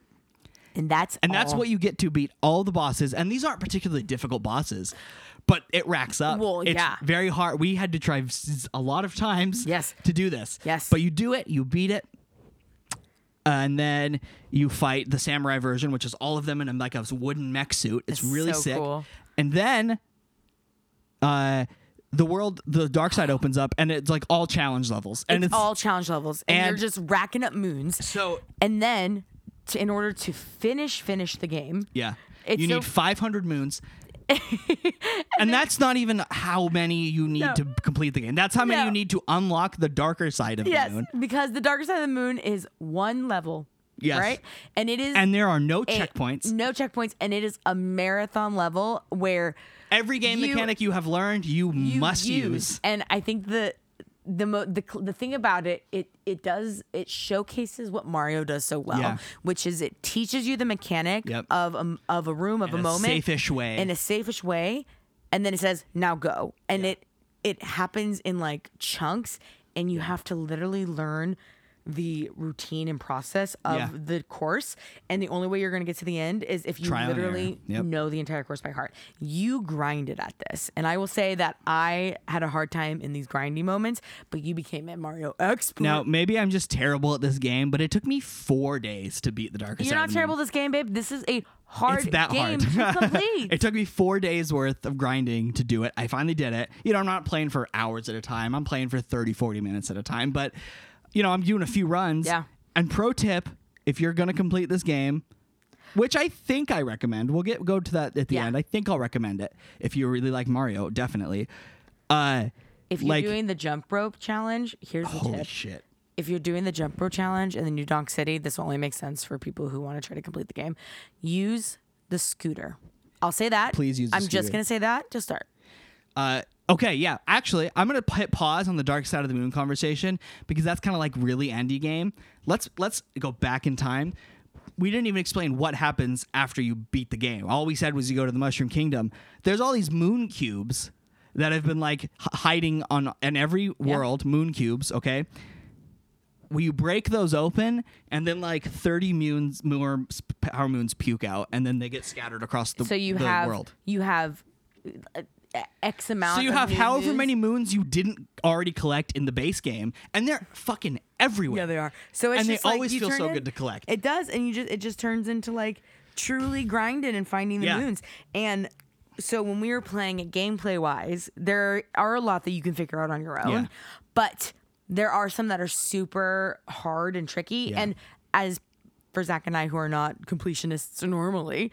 and that's
And that's
all.
what you get to beat all the bosses. And these aren't particularly difficult bosses, but it racks up.
Well,
it's
yeah.
very hard. We had to try s- a lot of times
Yes.
to do this.
Yes.
But you do it, you beat it. And then you fight the samurai version, which is all of them in a, like a wooden mech suit. It's
That's
really
so
sick.
cool.
And then uh, the world, the dark side opens up, and it's like all challenge levels. And
it's,
it's,
all challenge levels, and,
and-
you're just racking up moons.
so
and then to, in order to finish finish the game
Yeah.
It's
you
so-
need 500 moons. and that's not even how many you need
No.
to complete the game. That's how many
No.
you need to unlock the darker side of
yes
the moon.
because the darker side of the moon is one level
Yes.
right and it is
And there are no
a-
checkpoints.
no checkpoints and it is a marathon level where
Every game
you-
mechanic you have learned, you,
you
must use.
and i think the the mo- the cl- the thing about it, it it does it showcases what Mario does so well,
Yeah.
which is it teaches you the mechanic
Yep.
of a, of a room of a
a
moment
safe-ish way.
in a safish way, and then it says now go, and it it happens in like chunks, and you have to literally learn the routine and process of
Yeah.
the course and the only way you're going to get to the end is if you
Trial and error.
literally
Yep.
know the entire course by heart. You grinded at this. And I will say that I had a hard time in these grindy moments, but you became a Mario expert.
Now, maybe I'm just terrible at this game, but it took me four days to beat the Darkest
You're not
Avenue.
terrible at this game, babe. This is a hard
It's that
game
hard.
to complete.
it took me four days worth of grinding to do it. I finally did it. You know, I'm not playing for hours at a time. I'm playing for 30, 40 minutes at a time. But, you know, I'm doing a few runs.
Yeah.
And pro tip, if you're going to complete this game, which I think I recommend, we'll get go to that at the
Yeah.
end. I think I'll recommend it if you really like Mario, definitely. Uh,
if you're
like-
doing the jump rope challenge, here's the
holy
tip.
shit.
if you're doing the jump rope challenge in the New Donk City, this will only make sense for people who want to try to complete the game. Use the scooter. I'll say that.
Please use the
I'm just
scooter.
gonna say that to start.
Uh, okay, yeah. Actually, I'm gonna p- hit pause on the dark side of the moon conversation because that's kind of like really endy game. Let's let's go back in time. We didn't even explain what happens after you beat the game. All we said was you go to the Mushroom Kingdom. There's all these moon cubes that have been like h- hiding on in every world. Moon cubes, okay. Will you break those open and then like 30 moons, moon, power moons puke out and then they get scattered across the,
So you
the
have
world?
you have uh, uh, x amount.
So you
of
have
new
however
moons.
many moons you didn't already collect in the base game, and they're fucking everywhere.
Yeah, they are. So it's
and
just
they
like,
always
you
feel
turn
so
in-
good to collect.
It does, and you just it just turns into like truly grinding and finding the
Yeah.
moons. And so when we were playing it gameplay wise, there are a lot that you can figure out on your own,
Yeah.
but there are some that are super hard and tricky.
Yeah.
And as for Zach and I, who are not completionists normally.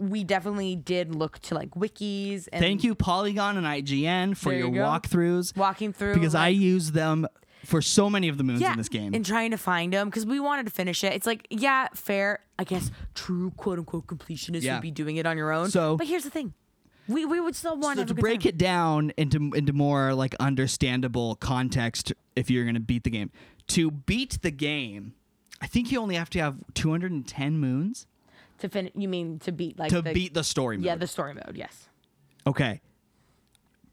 We definitely did look to like wikis and
Thank you, Polygon and IGN, for
There you
your
go.
walkthroughs.
Walking through,
because I
like-
use them for so many of the moons
yeah,
in this game.
and trying to find them because we wanted to finish it. It's like, yeah, fair. I guess true quote unquote completionist
Yeah.
would be doing it on your own.
So-
but here's the thing, we we would still want
so
have a
to
good
break
time.
it down into into more like understandable context, if you're gonna beat the game, to beat the game, I think you only have to have 210 moons
to finish. You mean to beat like
to
the,
beat the story mode.
yeah the story mode? Yes,
okay.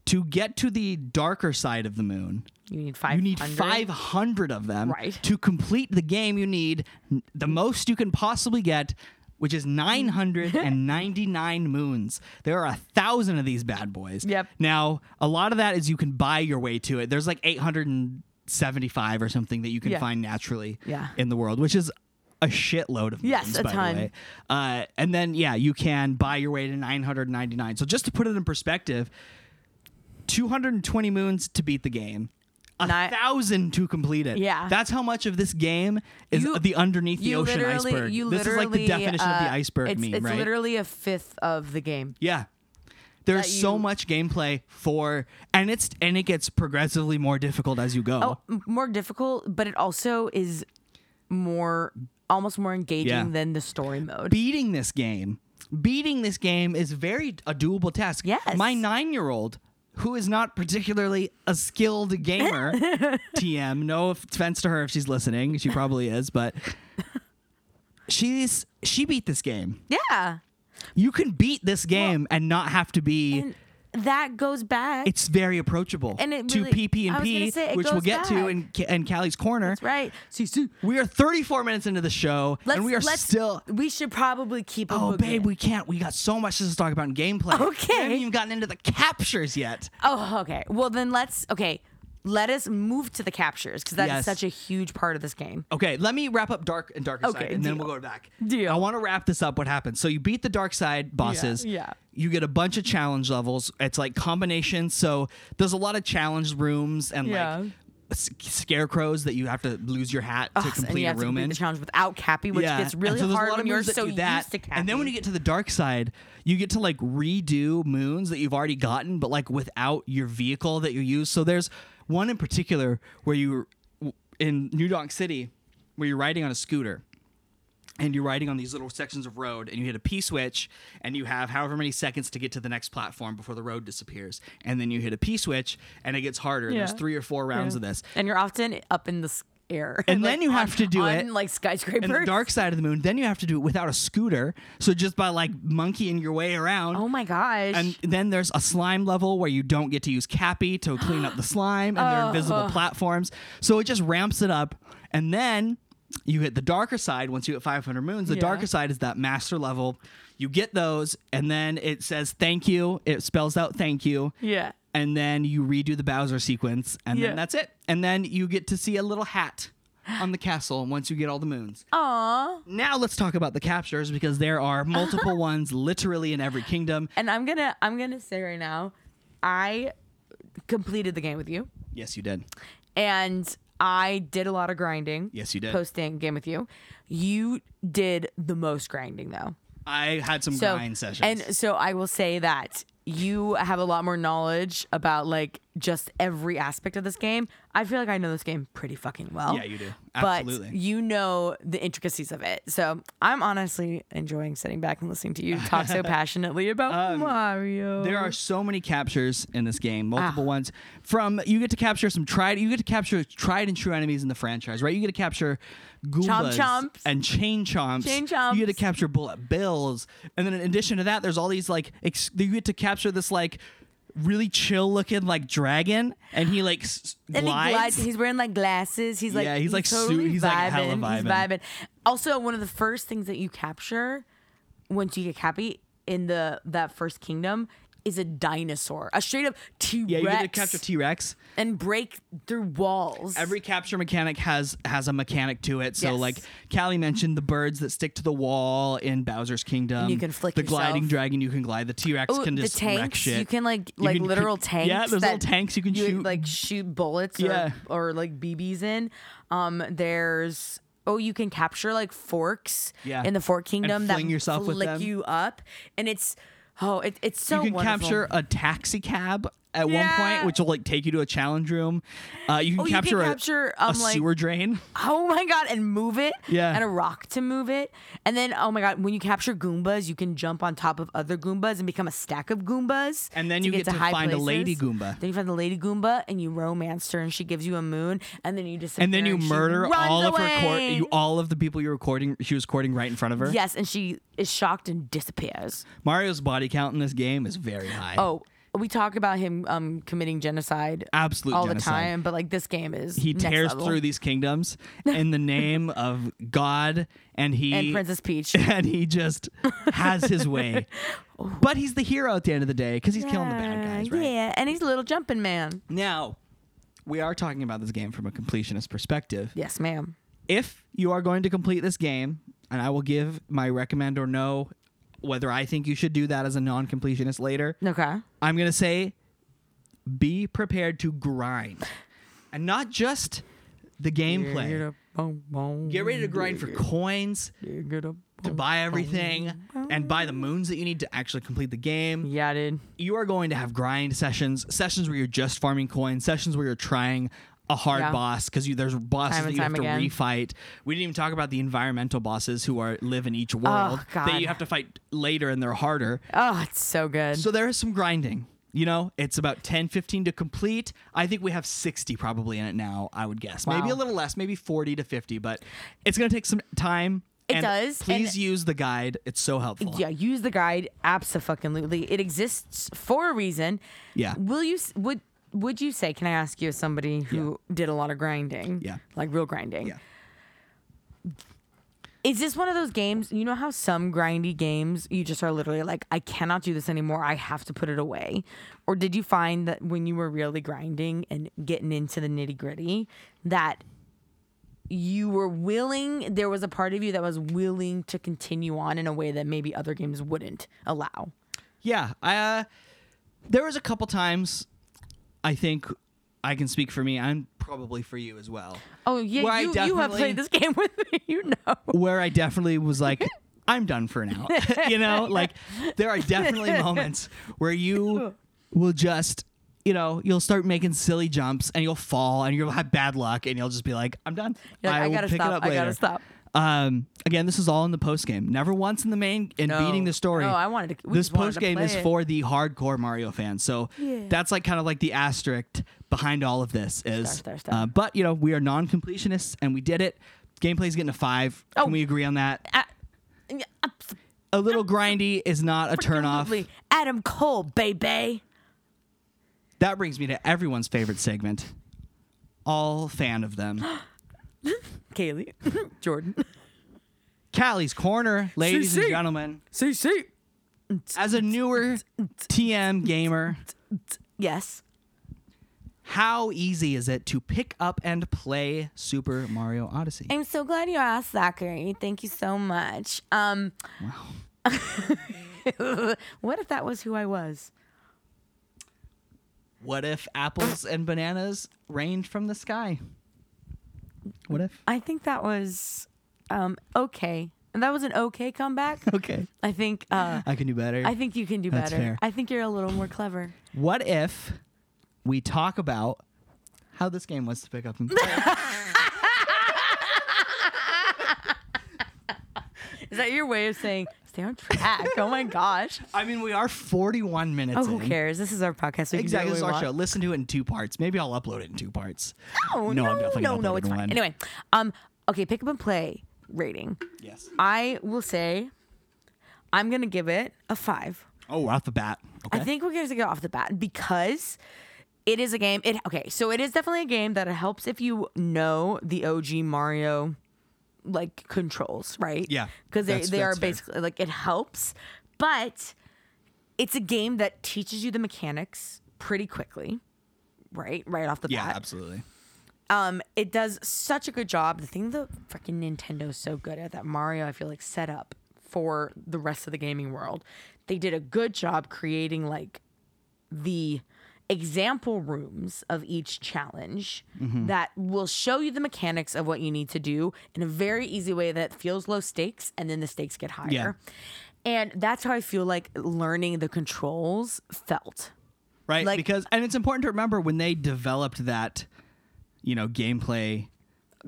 To get to the darker side of the moon,
you need five.
You need 500 of them.
Right.
To complete the game, you need n- the most you can possibly get, which is 999 moons. There are a thousand of these bad boys.
Yep.
Now, a lot of that is you can buy your way to it. There's like 875 or something that you can
Yeah.
find naturally
Yeah.
in the world, which is a shitload of
Yes,
moons,
a
by
ton.
the way. Uh, and then, yeah, you can buy your way to 999. So just to put it in perspective, 220 moons to beat the game. A
Not-
thousand to complete it.
Yeah.
That's how much of this game is
You-
the underneath the
You
ocean
literally-
iceberg.
you
this is like the
literally,
definition of the
uh,
iceberg
it's,
meme,
it's
right?
literally a fifth of the game.
yeah. There's
that
so
you-
much gameplay for, and it's and it gets progressively more difficult as you go.
Oh, m- more difficult, but it also is more almost more engaging
Yeah.
than the story mode.
beating this game, beating this game is very a doable task.
Yes.
My nine year old, who is not particularly a skilled gamer, TM, no offense to her if she's listening. She probably is, but she's she beat this game.
yeah,
You can beat this game and not have to be
and that goes back.
it's very approachable
And it really-
to PP
I
and
was
P,
gonna say, it
which we'll
goes
get to
back.
in, Ca- in Callie's corner.
That's right. See, see,
We are 34 minutes into the show,
Let's,
and we are
let's,
still
We should probably keep. a
Oh,
book
babe,
in.
we can't. We got so much to talk about in gameplay. We haven't
Okay.
even gotten into the captures yet.
Oh, okay. Well, then let's. Okay, let us move to the captures because that is
Yes.
such a huge part of this game.
Okay, let me wrap up Dark and Darker
Okay,
Side, and then
deal.
we'll go back.
Deal.
I want to wrap this up. What happens? So you beat the Dark Side bosses.
yeah.
You get a bunch of challenge levels. It's like combinations. So there's a lot of challenge rooms and
Yeah.
like s- scarecrows that you have to lose your hat to
Ugh, and
complete
you
a
have to
room
complete
in.
the challenge without Cappy, which
Yeah,
gets
and
really
so there's a
hard
lot of
when you're
moons that
so
do that.
used to Cappy.
And then when you get to the dark side, you get to like redo moons that you've already gotten, but like without your vehicle that you use. So there's one in particular where you in New Donk City, where you're riding on a scooter, and you're riding on these little sections of road and you hit a P switch and you have however many seconds to get to the next platform before the road disappears. And then you hit a P switch and it gets harder. and There's
Yeah.
three or four rounds
Yeah.
of this.
And you're often up in the s- air.
And then you have
on-
to do
on,
it
like
And
skyscrapers.
the dark side of the moon, then you have to do it without a scooter. So just by like monkeying your way around.
Oh my gosh.
And then there's a slime level where you don't get to use Cappy to clean up the slime, and there are
Oh.
invisible platforms. So it just ramps it up. And then you hit the darker side once you hit 500 moons. The
Yeah.
darker side is that master level. You get those, and then it says thank you. It spells out thank you.
yeah.
And then you redo the Bowser sequence, and
Yeah.
then that's it. And then you get to see a little hat on the castle once you get all the moons.
Aw.
Now let's talk about the captures because there are multiple ones literally in every kingdom.
And I'm gonna I'm gonna say right now, I completed the game with you,
Yes, you did.
and I did a lot of grinding.
Yes, you did.
Posting game with you, you did the most grinding though.
I had some
So
grind sessions.
and so I will say that you have a lot more knowledge about like just every aspect of this game. I feel like I know this game pretty fucking well.
yeah, you do.
but
Absolutely.
you know the intricacies of it. So I'm honestly enjoying sitting back and listening to you talk so passionately about Mario.
Um, there are so many captures in this game,
Ah.
multiple ones. From you get to capture some tried, you get to capture tried and true enemies in the franchise, right? You get to capture Goombas
chomps.
and chain chomps.
Chain
You get to
chomps.
capture bullet bills, and then in addition to that, there's all these like ex- you get to capture this like really chill looking like dragon, and he like s-
and he glides.
glides.
He's wearing like glasses. He's like
Yeah, he's, like, su-
totally
he's,
vibing.
like, hella
He's
vibing.
vibing. Also, one of the first things that you capture once you get Cappy in the that first kingdom is a dinosaur, a straight up T Rex,
yeah, you get to capture T Rex.
and break through walls.
every capture mechanic has has a mechanic to it. So
Yes.
like Callie mentioned, the birds that stick to the wall in Bowser's Kingdom.
You can flick
the
yourself.
gliding dragon. You can glide. The T Rex
Ooh,
can just
Oh, the
wreck
tanks
shit.
you can like
You
like
can-
literal
yeah,
tanks.
there's little
that
tanks you can shoot.
like shoot bullets
Yeah.
or, or like BBs in. Um, there's oh you can capture like forks
Yeah.
in the Fork Kingdom that
fling yourself with
flick
them.
you up, and it's oh it, it's so
you can
wonderful.
capture a taxi cab at one
Yeah.
point, which will like take you to a challenge room. Uh, you can
Oh, you can
capture a,
capture,
a
um, like-
sewer drain.
oh my god and move it
Yeah.
and a rock to move it and then oh my god when you capture goombas you can jump on top of other goombas and become a stack of goombas
And then you get to
high
find a lady
places.
Goomba.
then you find the lady goomba and you romance her and she gives you a moon and then you disappear
And then you
she
murder
runs
all of her court,
away.
you all of the people you're recording. She was recording right in front of her.
yes and she is shocked and disappears
Mario's body count in this game is very high.
oh we talk about him um committing genocide
Absolute
all
genocide.
the time but like this game is
he
next
tears
level.
through these kingdoms in the name of God, and he
and princess peach Oh.
and he just has his way. But he's the hero at the end of the day because he's killing the bad guys, right?
yeah and he's a little jumping man
Now, we are talking about this game from a completionist perspective.
yes ma'am
If you are going to complete this game, and I will give my recommend or no, whether I think you should do that as a non-completionist later.
okay
I'm going to say be prepared to grind. And not just the gameplay. Get ready to grind for coins, to buy everything, and buy the moons that you need to actually complete the game.
Yeah, dude.
You are going to have grind sessions, sessions where you're just farming coins, sessions where you're trying a hard
Yeah.
boss because you there's bosses
Time
that
and
you have to
time again.
refight. We didn't even talk about the environmental bosses who are live in each world that
Oh, God.
you have to fight later and they're harder.
Oh, it's so good.
So there is some grinding. You know, it's about 10, 15 to complete. I think we have 60 probably in it now, I would guess. Maybe
Wow.
a little less, maybe 40 to 50, but it's going to take some time.
It
and
does,
Please
and-
use the guide. It's so helpful.
yeah, use the guide absolutely. It exists for a reason.
Yeah.
Will you s- would would you say? Can I ask you, as somebody who did a lot of grinding?
Yeah.
Like real grinding.
Yeah.
Is this one of those games? You know how some grindy games you just are literally like, I cannot do this anymore. I have to put it away. Or did you find that when you were really grinding and getting into the nitty gritty, that you were willing, there was a part of you that was willing to continue on in a way that maybe other games wouldn't allow?
Yeah. I, uh, there was a couple times I think I can speak for me and probably for you as well,
Oh, yeah.
Where I
you, you have
definitely-
played this game with me. You know.
where I definitely was like, I'm done for now. you know, like there are definitely moments where you will just, you know, you'll start making silly jumps and you'll fall and you'll have bad luck and you'll just be like, I'm done.
You're like, I
will
gotta
pick it
stop.
up
I gotta
later."
stop.
Um, again, this is all in the post game. Never once in the main and
No.
beating the story.
No, I wanted to- we
this
just wanted to
post game
play
is
it.
for the hardcore Mario fans. So that's like kind of like the asterisk behind all of this is.
star, star.
uh, but you know we are non-completionists and we did it. Gameplay's getting a five.
Oh.
Can we agree on that?
A- yeah, abs-
A little grindy is not a turn off.
absolutely. Adam Cole, baby.
That brings me to everyone's favorite segment. All fan of them.
Kaylee, Jordan.
Callie's Corner, ladies
CC.
and gentlemen.
See, see.
As a newer TM gamer,
Yes.
how easy is it to pick up and play Super Mario Odyssey?
I'm so glad you asked, Zachary. Thank you so much. Um, wow. what if that was who I was?
What if apples and bananas rained from the sky? What if?
I think that was um, okay. And that was an okay comeback.
Okay.
I think uh,
I can do better.
I think you can do
That's
better.
fair.
I think you're a little more clever.
what if we talk about how this game was to pick up and play?
Is that your way of saying stay on track? oh my gosh.
I mean, we are 41 minutes
Oh, who
in.
cares? This is our podcast. We
Exactly, this
Can do
is
what we
our
want.
show. Listen to it in two parts. Maybe I'll upload it in two parts.
Oh,
No,
no,
I'm
no,
definitely
no,
not
it's
doing
fine.
one.
Anyway, um, okay, pick up and play rating.
Yes.
I will say, I'm gonna give it a five.
Oh, off the bat. Okay.
I think we're gonna go off the bat because it is a game. It okay, so it is definitely a game that helps if you know the OG Mario like controls, right?
Yeah,
because they
that's-
they are
that's fair.
basically like it helps, but it's a game that teaches you the mechanics pretty quickly, right? Right off the
yeah,
bat.
absolutely.
Um, it does such a good job. The thing that freaking Nintendo's so good at that Mario, I feel like, set up for the rest of the gaming world. They did a good job creating like the example rooms of each challenge that will show you the mechanics of what you need to do in a very easy way that feels low stakes and then the stakes get higher.
Yeah.
And that's how I feel like learning the controls felt.
right
Like-
because and it's important to remember when they developed that you know gameplay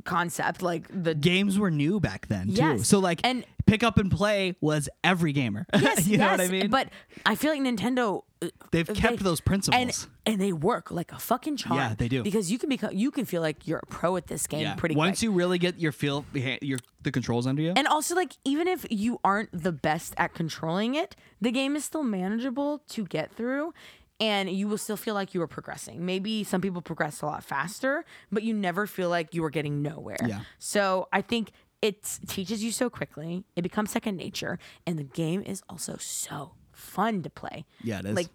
Concept like the
games were new back then too
Yes,
so like
and-
pick up and play was every gamer
Yes,
you know what i
yes,
mean
But I feel like Nintendo. uh,
They've kept those principles.
and and they work like a fucking charm.
Yeah, they do.
Because you can become, you can feel like you're a pro at this game
yeah.
pretty
once
quick.
you really get your feel beha- your the controls under you
and also, like, even if you aren't the best at controlling it, the game is still manageable to get through, and you will still feel like you are progressing. Maybe some people progress a lot faster, but you never feel like you are getting nowhere.
Yeah.
So I think it teaches you so quickly. It becomes second nature, and the game is also so fun to play.
yeah it is
like-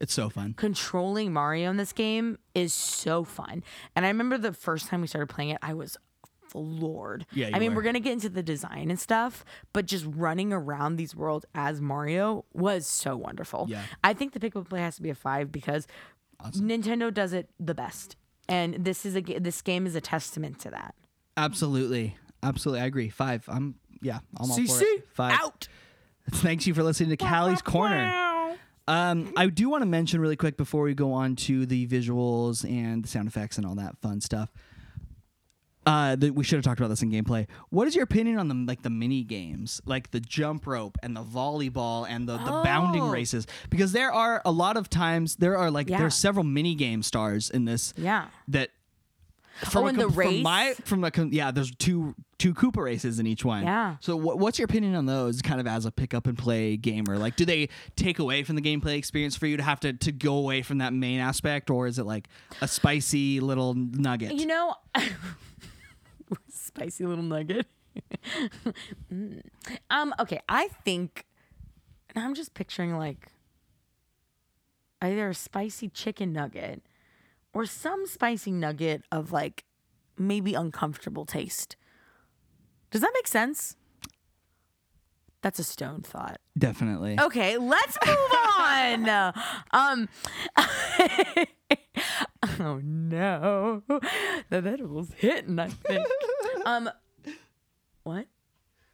it's so fun
controlling Mario in this game is so fun. And I remember the first time we started playing it, I was floored.
Yeah, you
I mean,
were.
we're gonna get into the design and stuff, but just running around these worlds as Mario was so wonderful.
Yeah.
I think the pick up and play has to be a five because Nintendo does it the best, and this is a ga- this game is a testament to that.
absolutely absolutely i agree five i'm yeah i'm all for
CC,
it five
out.
thanks you for listening to callie's corner Um, I do want to mention really quick before we go on to the visuals and the sound effects and all that fun stuff. Uh, that we should have talked about this in gameplay. What is your opinion on the like the mini games, like the jump rope and the volleyball and the, the bounding
Oh.
races? Because there are a lot of times there are like
Yeah.
there are several mini game stars in this.
Yeah.
That. From
Oh,
a
and the
com- From
race?
my from a com- yeah, there's two two Koopa races in each one.
Yeah.
So what, what's your opinion on those kind of as a pick up and play gamer? Like do they take away from the gameplay experience for you to have to, to go away from that main aspect or is it like a spicy little nugget?
You know, spicy little nugget. Mm. um. Okay, I think, and I'm just picturing like either a spicy chicken nugget or some spicy nugget of like maybe uncomfortable taste. Does that make sense? That's a stone thought.
Definitely.
Okay, let's move on. um, oh no, the edibles hitting. I think. Um, what?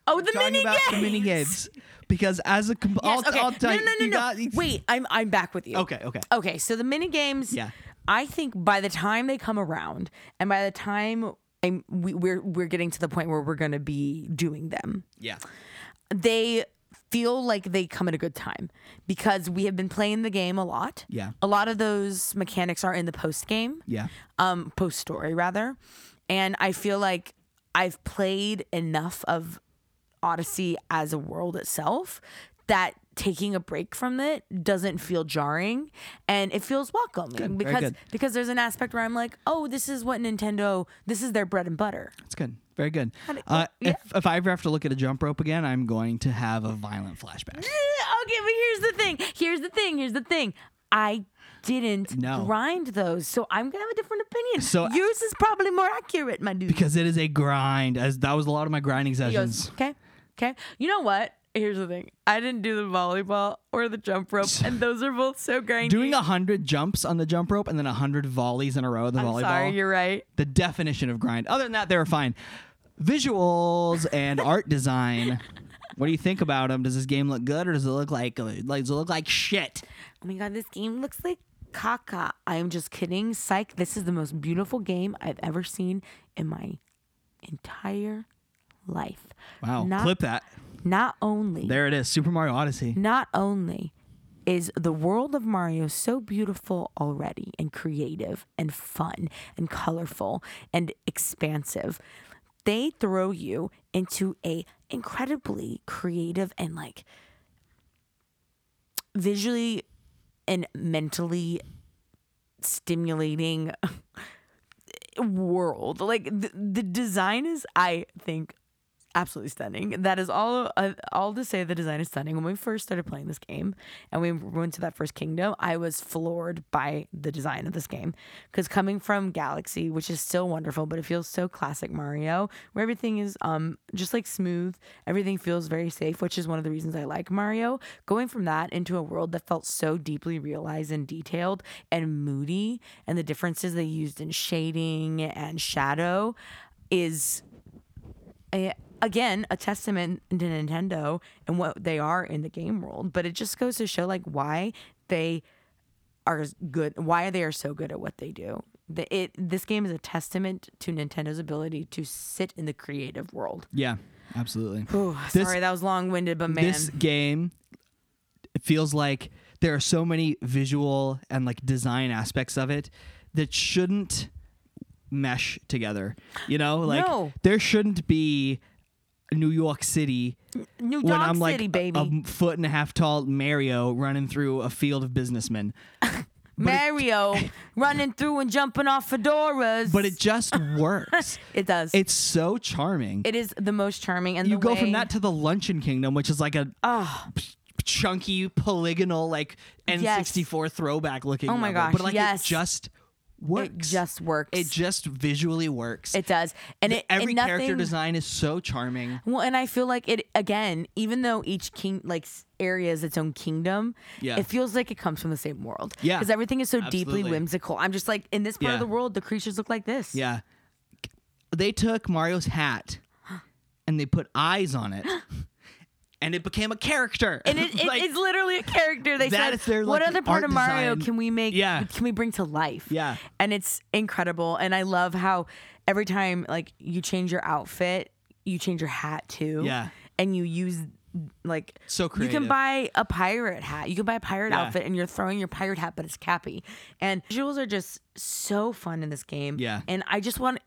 Oh, the
Talking
mini
about the mini games because as a comp-
Yes,
I'll,
okay.
I'll
no,
tell
no,
you,
no,
you
no.
got-
Wait, I'm I'm back with you.
Okay, okay.
Okay, so the mini games.
Yeah.
I think by the time they come around, and by the time I'm, we, we're we're getting to the point where we're going to be doing them.
Yeah.
They feel like they come at a good time because we have been playing the game a lot.
Yeah.
A lot of those mechanics are in the post game
Yeah.
um post story rather and i feel like i've played enough of odyssey as a world itself that taking a break from it doesn't feel jarring and it feels welcoming
Good, very
because
good.
because there's an aspect where i'm like oh this is what nintendo this is their bread and butter
That's good. Very good.
do-
Uh,
yeah.
if, if I ever have to look at a jump rope again, I'm going to have a violent flashback.
okay but here's the thing here's the thing here's the thing i didn't
No.
grind those so i'm gonna have a different opinion
So-
yours is probably more accurate my dude
Because it is a grind. As that was a lot of my grinding
He goes,
sessions.
okay, okay. You know what? Here's the thing. I didn't do the volleyball or the jump rope, and those are both so grindy.
Doing a hundred jumps on the jump rope and then a hundred volleys in a row. of The
I'm
volleyball.
sorry, you're right.
the definition of grind. Other than that, they were fine. Visuals and art design. What do you think about them? Does this game look good or does it look like like does it look like shit?
Oh my god, this game looks like caca. I am just kidding. Psych. This is the most beautiful game I've ever seen in my entire life.
Wow,
Not,
clip that.
Not only.
There it is, Super Mario Odyssey.
not only is the world of Mario so beautiful already and creative and fun and colorful and expansive, they throw you into a incredibly creative and like visually and mentally stimulating world. Like the, the design is, I think, absolutely stunning. That is all. Uh, all to say, the design is stunning. When we first started playing this game, and we went to that first kingdom, I was floored by the design of this game because coming from Galaxy, which is still wonderful, but it feels so classic Mario, where everything is um just like smooth. Everything feels very safe, which is one of the reasons I like Mario. Going from that into a world that felt so deeply realized and detailed and moody, and the differences they used in shading and shadow is a, again a testament to Nintendo and what they are in the game world. But it just goes to show like why they are as good, why they are so good at what they do. The, it this game is a testament to Nintendo's ability to sit in the creative world.
Yeah, absolutely.
Ooh,
This-
sorry, that was long winded, but man,
This game it feels like there are so many visual and like design aspects of it that shouldn't mesh together. You know, like
No.
there shouldn't be New York City
New
when
Dog
I'm like
City,
a-
baby,
A, foot and a half tall Mario running through a field of businessmen.
Mario running through and jumping off fedoras.
But it just works.
it does.
it's so charming.
it is the most charming, and
you
the
go
way-
from that to the Luncheon Kingdom, which is like a
Oh,
chunky polygonal like N64 throwback looking.
Oh my
level.
gosh,
But like
yes.
it just works.
it just works.
it just visually works.
It does, and it
Every
and
character
nothing-
design is so charming.
Well, and I feel like it again, even though each king like s- area is its own kingdom,
Yeah.
it feels like it comes from the same world.
Yeah.
because everything is so deeply
Absolutely.
whimsical. I'm just like in this part
Yeah.
of the world, the creatures look like this.
Yeah. They took Mario's hat and they put eyes on it. And it became a character.
And it, it,
Like,
it's literally a character. They
that
said,
is their,
"What
like,
other part
art
of Mario
design."
can we make?
Yeah.
can we bring to life?"
Yeah.
and it's incredible. And I love how every time like you change your outfit, you change your hat too.
Yeah.
and you use like
So
You
creative.
can buy a pirate hat. You can buy a pirate
Yeah.
outfit, and you're throwing your pirate hat, but it's Cappy. And visuals are just so fun in this game.
Yeah.
and I just want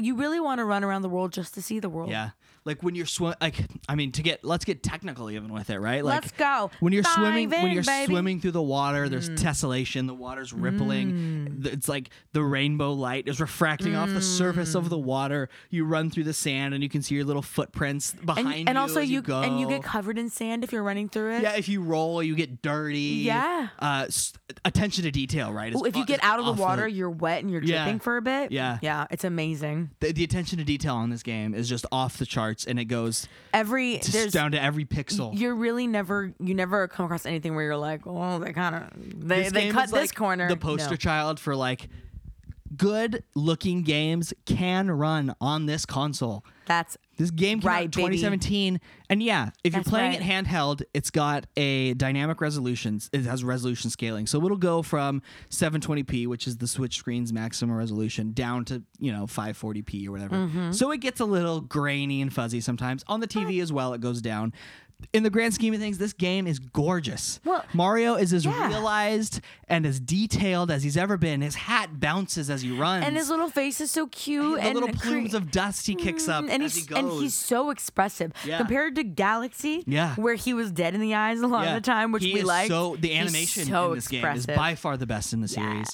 you really want to run around the world just to see the world.
Yeah. Like when you're swim like I mean to get let's get technical even with it, right? Like
Let's go.
when you're
Dive
swimming when
in,
you're
baby. Mm.
swimming through the water, there's tessellation, the water's rippling. Th- It's like the rainbow light is refracting off the surface of the
Mm.
water. You run through the sand and you can see your little footprints behind
And,
you.
and also
as
you,
you, go.
and you get covered in sand if you're running through it.
Yeah, if you roll, you get dirty.
Yeah.
Uh, s- attention to detail, right? is
Ooh, if
aw-
you get
is
out of the
awful.
water, you're wet and you're
Yeah.
dripping for a bit.
Yeah.
yeah, it's amazing.
the, the attention to detail on this game is just off the charts, and it goes
Every
just
there's
down to every pixel.
you're really never you never come across anything where you're like, oh, they kind of they
This
they
game
cut
is
this
like
corner.
The poster
No.
child for like good looking games can run on this console.
That's
This game came out in
Right, baby.
2017, and yeah, if
That's
you're playing
right.
it handheld, it's got a dynamic resolution. It has resolution scaling, so it'll go from 720p, which is the Switch screen's maximum resolution, down to you know 540p or whatever.
Mm-hmm.
So it gets a little grainy and fuzzy sometimes. On the TV as well, it goes down. In the grand scheme of things, this game is gorgeous.
Well,
Mario is as
yeah.
realized and as detailed as he's ever been. His hat bounces as he runs.
and his little face is so cute
the
and
little
cre- mm, Mm-hmm,
plumes of dust he kicks up
and
as
he's
he goes.
and he's so expressive
Yeah.
compared to Galaxy,
Yeah.
where he was dead in the eyes a lot
Yeah.
of the time, which
He
we
is
like.
So the animation in this game is by far the best in the series.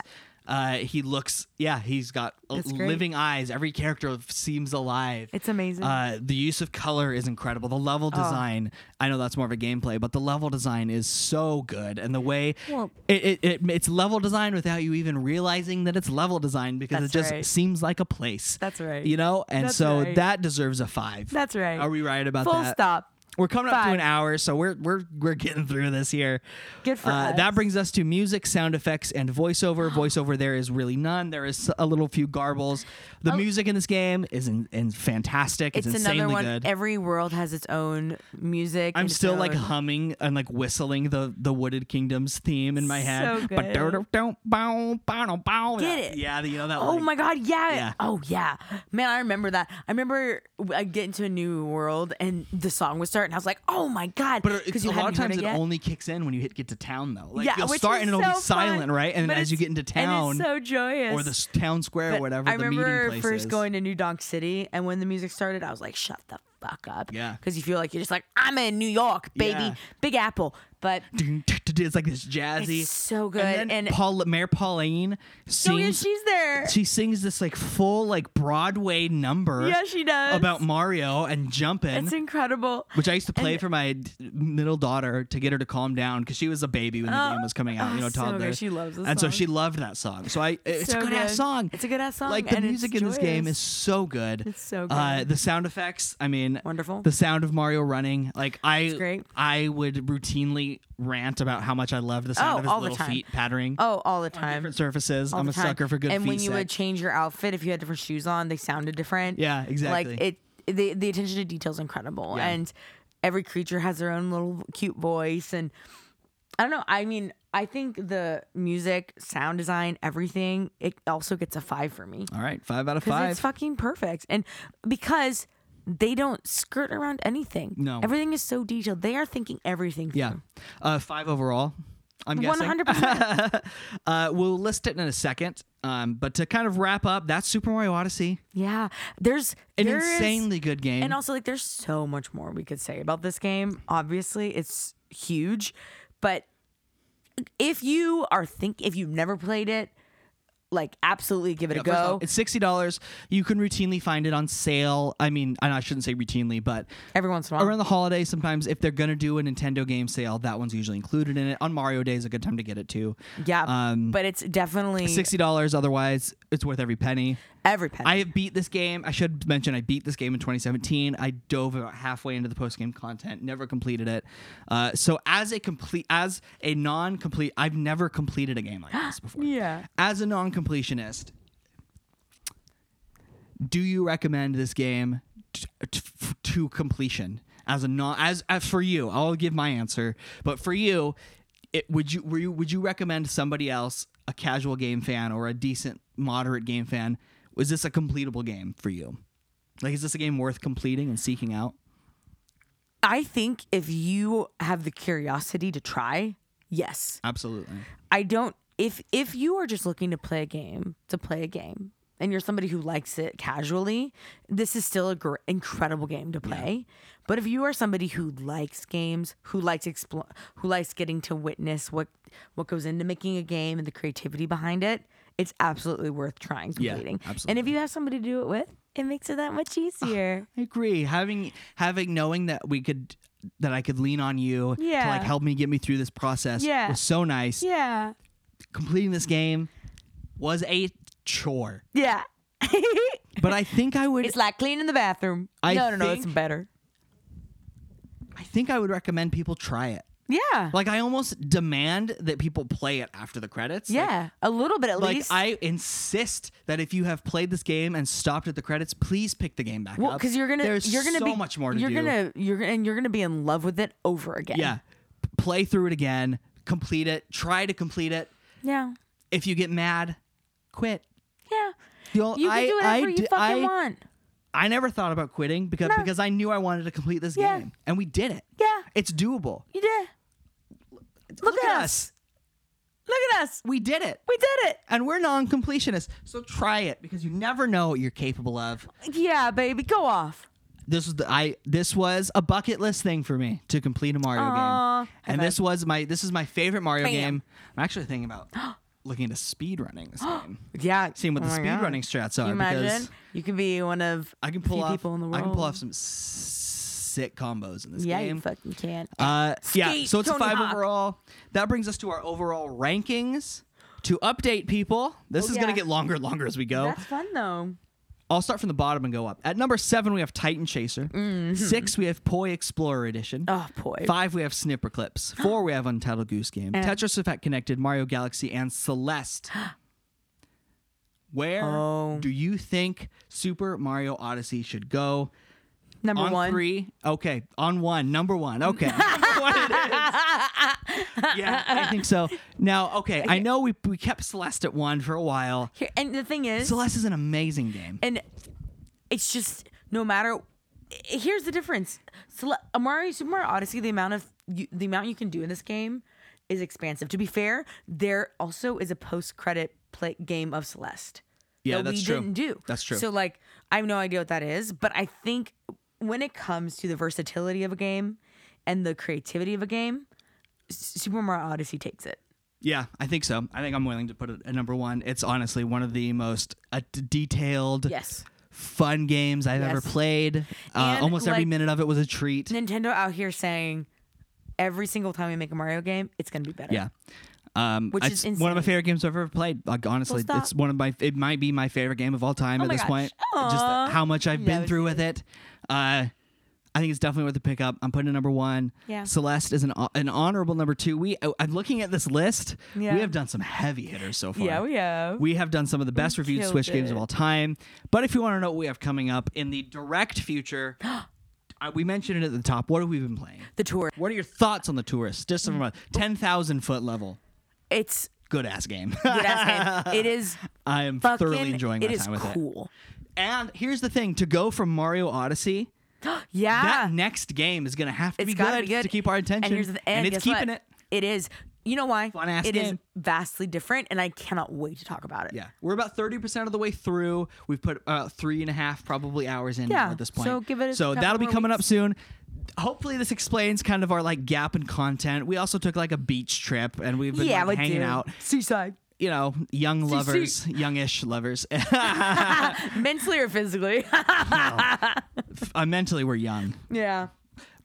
Uh, he looks, yeah, he's got uh,
That's great.
living eyes. Every character seems alive.
It's amazing. Oh.
Uh, the use of color is incredible. The level design, I know that's more of a gameplay, but the level design is so good, and the way
Well-
it, it, it it's level design without you even realizing that it's level design because
That's
it just
right.
seems like a place.
That's right.
You know, and
That's
so
right.
that deserves a five.
That's right.
Are we right about
Full
that?
stop.
We're coming up to
Five.
an hour, so we're we're we're getting through this here. Uh,
Good for us.
That brings us to music, sound effects, and voiceover. voiceover there is really none. There is a little few garbles. The music in this game is in, in fantastic. It's,
Oh. It's another
insanely
one.
good.
Every world has its own music.
I'm
and its
still like
own-
humming and like whistling the the Wooded Kingdoms theme in my head.
So good.
But don't bow bow bow.
Get it.
Yeah, you know that.
Oh
like-
my god, yeah.
Yeah.
Oh yeah. Man, I remember that. I remember I get into a new world and the song would start and I was like, "Oh my god."
But it's, a lot
you
of
hadn't heard
times it,
yet.
only kicks in when you hit get to town though. Like
yeah,
you'll
which
start
is
and it'll
so
be silent,
fun,
right? And
but
then as you
it's-
get into
and
town
it's so joyous.
or the s- town square
But
or whatever
I
the meeting
remember
place
first
is.
going to New Donk City, and when the music started, I was like, "Shut the fuck up!"
Yeah.
because you feel like you're just like, "I'm in New York, baby,
Yeah.
Big Apple." But
it's like this jazzy.
It's so good,
And, then
and-
Paul, Mayor Pauline
so yeah,
sings.
she's there.
she sings this like full like Broadway number.
Yeah, she does.
About Mario and jumping.
it's incredible.
which I used to play for my d- middle daughter to get her to calm down because she was a baby when the
Oh,
game was coming out, you
oh,
know,
so good.
toddler.
She loves this
and so
song.
she loved that song. So I, it's
So
a good, ass
good.
song.
It's a good-ass song,
Like the
and it's
music in this game
joyous.
is so good.
It's so
Uh,
good.
the sound effects, I mean,
Wonderful.
The sound of Mario running, like I,
great.
I would routinely rant about how much I loved the sound
Oh,
of his
all the
little
time.
feet pattering.
Oh, all the time.
Different surfaces.
all
I'm
the
a
time.
sucker for good
And
feet.
when you
sec.
would change your outfit, if you had different shoes on, they sounded different.
Yeah, exactly.
Like it, the the attention to detail is incredible,
Yeah.
and every creature has their own little cute voice, and I don't know. I mean, I think the music, sound design, everything, it also gets a five for me
All right, five out of
because it's
five.
fucking perfect, and because. They don't skirt around anything.
No.
everything is so detailed. They are thinking everything.
Yeah, uh, five overall. I'm
one
guessing.
hundred percent.
Uh, we'll list it in a second. Um, but to kind of wrap up, that's Super Mario Odyssey.
Yeah, there's
An
there is-
insanely good game.
And also, like, there's so much more we could say about this game. Obviously, it's huge, but if you are think if you've never played it, like, absolutely give it a
First
go.
off, it's sixty dollars. You can routinely find it on sale. I mean, and I shouldn't say routinely, but
Every once in a while,
around the holidays, sometimes if they're gonna do a Nintendo game sale, that one's usually included in it. On Mario Day is a good time to get it too.
yeah,
um,
but it's definitely
Sixty dollars. Otherwise, it's worth every penny.
every penny.
I have beat this game. I should mention I beat this game in 2017. I dove about halfway into the post game content, never completed it. Uh, so as a complete, as a non complete, I've never completed a game like this before.
Yeah.
As a non completionist, do you recommend this game t- t- f- to completion? As a non, as, as for you, I'll give my answer. But for you, it, would you were you would you recommend somebody else, a casual game fan or a decent moderate game fan? Was this a completable game for you? Like, is this a game worth completing and seeking out?
I think if you have the curiosity to try, yes,
Absolutely.
I don't if if you are just looking to play a game to play a game and you're somebody who likes it casually, this is still a gr- incredible game to play. But if you are somebody who likes games, who likes expl- who likes getting to witness what what goes into making a game and the creativity behind it, it's absolutely worth trying
Yeah,
completing. And if
absolutely.
you have somebody to do it with, it makes it that much easier.
I agree. Having having knowing that we could that I could lean on you to
Yeah.
like help me get me through this process
Yeah.
was so nice.
yeah.
completing this game was a chore.
Yeah.
But I think I would
it's like cleaning the bathroom.
I
no, no, no, it's
think-
better.
I think I would recommend people try it.
Yeah.
Like I almost demand that people play it after the credits. Like,
yeah. a little bit at
like
least.
I insist that if you have played this game and stopped at the credits, please pick the game back
well,
up.
because you're gonna
There's
you're gonna
so
be
much more to
you're
do.
gonna you're gonna and you're gonna be in love with it over again.
yeah, P- play through it again, complete it, try to complete it.
Yeah.
If you get mad, quit.
Yeah.
You'll-
You can
I-
do whatever
I
you
d-
fucking
I-
want.
I never thought about quitting because because I knew I wanted to complete this
Yeah.
game, and we did it.
Yeah.
It's doable.
You did. Look, at, us. Look at us.
We did it.
We did it.
And we're non-completionists, so try it because you never know what you're capable of.
Yeah, baby, go off.
This was the, I this was a bucket list thing for me to complete a Mario
Aw,
game,
high
and
five.
this was my this is my favorite Mario
Bam.
game. I'm actually thinking about looking into speed running this game,
Yeah.
seeing what
Oh
the
my
speed
God.
running strats
Can
are.
you imagine?
Because
You could be one of
I can pull
few
off
people in the world.
I can pull off some s- sick combos in this
Yeah,
game.
you fucking can.
Uh, yeah,
Skate,
so it's
Tony
a five
Hawk.
overall. That brings us to our overall rankings. To update people, this is going
Oh, yeah.
to get longer and longer as we go.
That's fun though.
I'll start from the bottom and go up. At number seven, we have Titan Chaser. Six, we have Poi Explorer Edition.
Mm-hmm. Oh boy.
Five, we have Snipper Clips. Four, we have Untitled Goose Game. Tetris Effect Connected, Mario Galaxy, and Celeste. Where
Oh.
do you think Super Mario Odyssey should go?
Number
on
one.
three. Okay, on one. Number one. Okay. What it is. Yeah, I think so. Now, okay, I know we we kept Celeste at one for a while.
Here, and the thing is,
Celeste is an amazing game.
and it's just no matter. i- Here's the difference: Cele- a Mario Super Mario Odyssey, the amount of you, the amount you can do in this game is expansive. To be fair, there also is a post credit play game of Celeste.
Yeah,
that we
that's true.
didn't do.
That's true.
So like, I have no idea what that is, but I think when it comes to the versatility of a game and the creativity of a game, S- Super Mario Odyssey takes it.
Yeah, I think so. I think I'm willing to put it at number one. It's honestly one of the most uh, d- detailed,
Yes.
fun games I've ever
Yes.
played. Uh,
And,
almost every
like-
minute of it was a treat.
Nintendo out here saying every single time we make a Mario game, it's gonna be better.
Yeah. Um,
Which
it's
is
one of my
insane.
favorite games I've ever played. Like honestly,
stop. Oh
it's one of my. It might be my favorite game of all time at
my
this
gosh.
point. Just
Aw.
the- how much I've
No,
been through with it. Uh, I think it's definitely worth the pickup. I'm putting it number one.
Yeah.
Celeste is an ho- an honorable number two. We oh, I'm looking at this list.
Yeah.
We have done some heavy hitters so far.
Yeah, we have.
We have done some of the best reviewed
killed
Switch games of
it.
all time. But if you want to know what we have coming up in the direct future, uh, we mentioned it at the top. What have we been playing?
The tour.
What are your thoughts on the tourists? Just from a ten thousand foot level
It's
good ass game.
good ass game. It is
I am
fucking
thoroughly enjoying my
it is
time with it.
cool.
And here's the thing: to go from Mario Odyssey,
Yeah.
that next game is gonna have to
Ah. it's
be
gotta
good,
be good
to keep our attention.
And, here's the, and,
it's
guess
keeping
what?
it.
It is. You know why?
Fun-ass
It is
game.
vastly different, and I cannot wait to talk about it.
Yeah, we're about thirty percent of the way through. We've put about three and a half probably hours in now
Yeah,
at this point.
so give it a
So
couple
that'll be
more
coming up
weeks.
soon. Hopefully, this explains kind of our like gap in content. We also took like a beach trip, and we've been
yeah,
like,
we
hanging
do.
out.
Seaside,
You know, young
see.
lovers, youngish lovers.
mentally or physically.
uh, mentally, we're young.
yeah.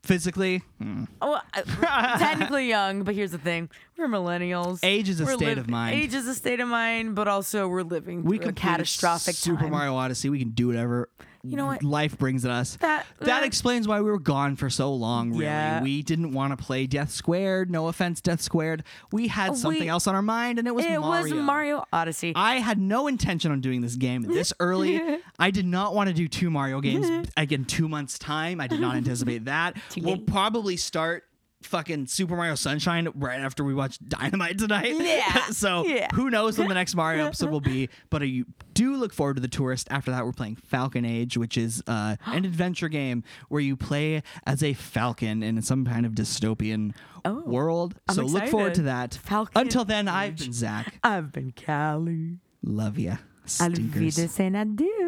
Physically, mm,
Well, I- technically young, but here's the thing: we're millennials.
Age is a state of mind.
Age is a state of mind, but also we're living
we
through a
completed
catastrophic
Super
time.
Mario Odyssey. We can do whatever you
know what?
life brings at us.
That- that-
explains why we were gone for so long. Really,
Yeah.
we didn't want to play Death Squared. No offense, Death Squared. We had something
We-
else on our mind, and it was
It
Mario.
was Mario Odyssey.
I had no intention on doing this game this early. I did not want to do two Mario games again two months time. I did not anticipate that. we'll
late.
probably start fucking Super Mario Sunshine right after we watch Dynamite tonight.
Yeah.
so
Yeah.
who knows when the next Mario episode will be? But uh, you do look forward to the tourist. After that, we're playing Falcon Age, which is uh, an adventure game where you play as a falcon in some kind of dystopian world. so look forward to that.
Oh, Falcon
Until then, I've been Zach.
I've been Cali.
Love ya.
I'll be
Stinkers.
the and adieu.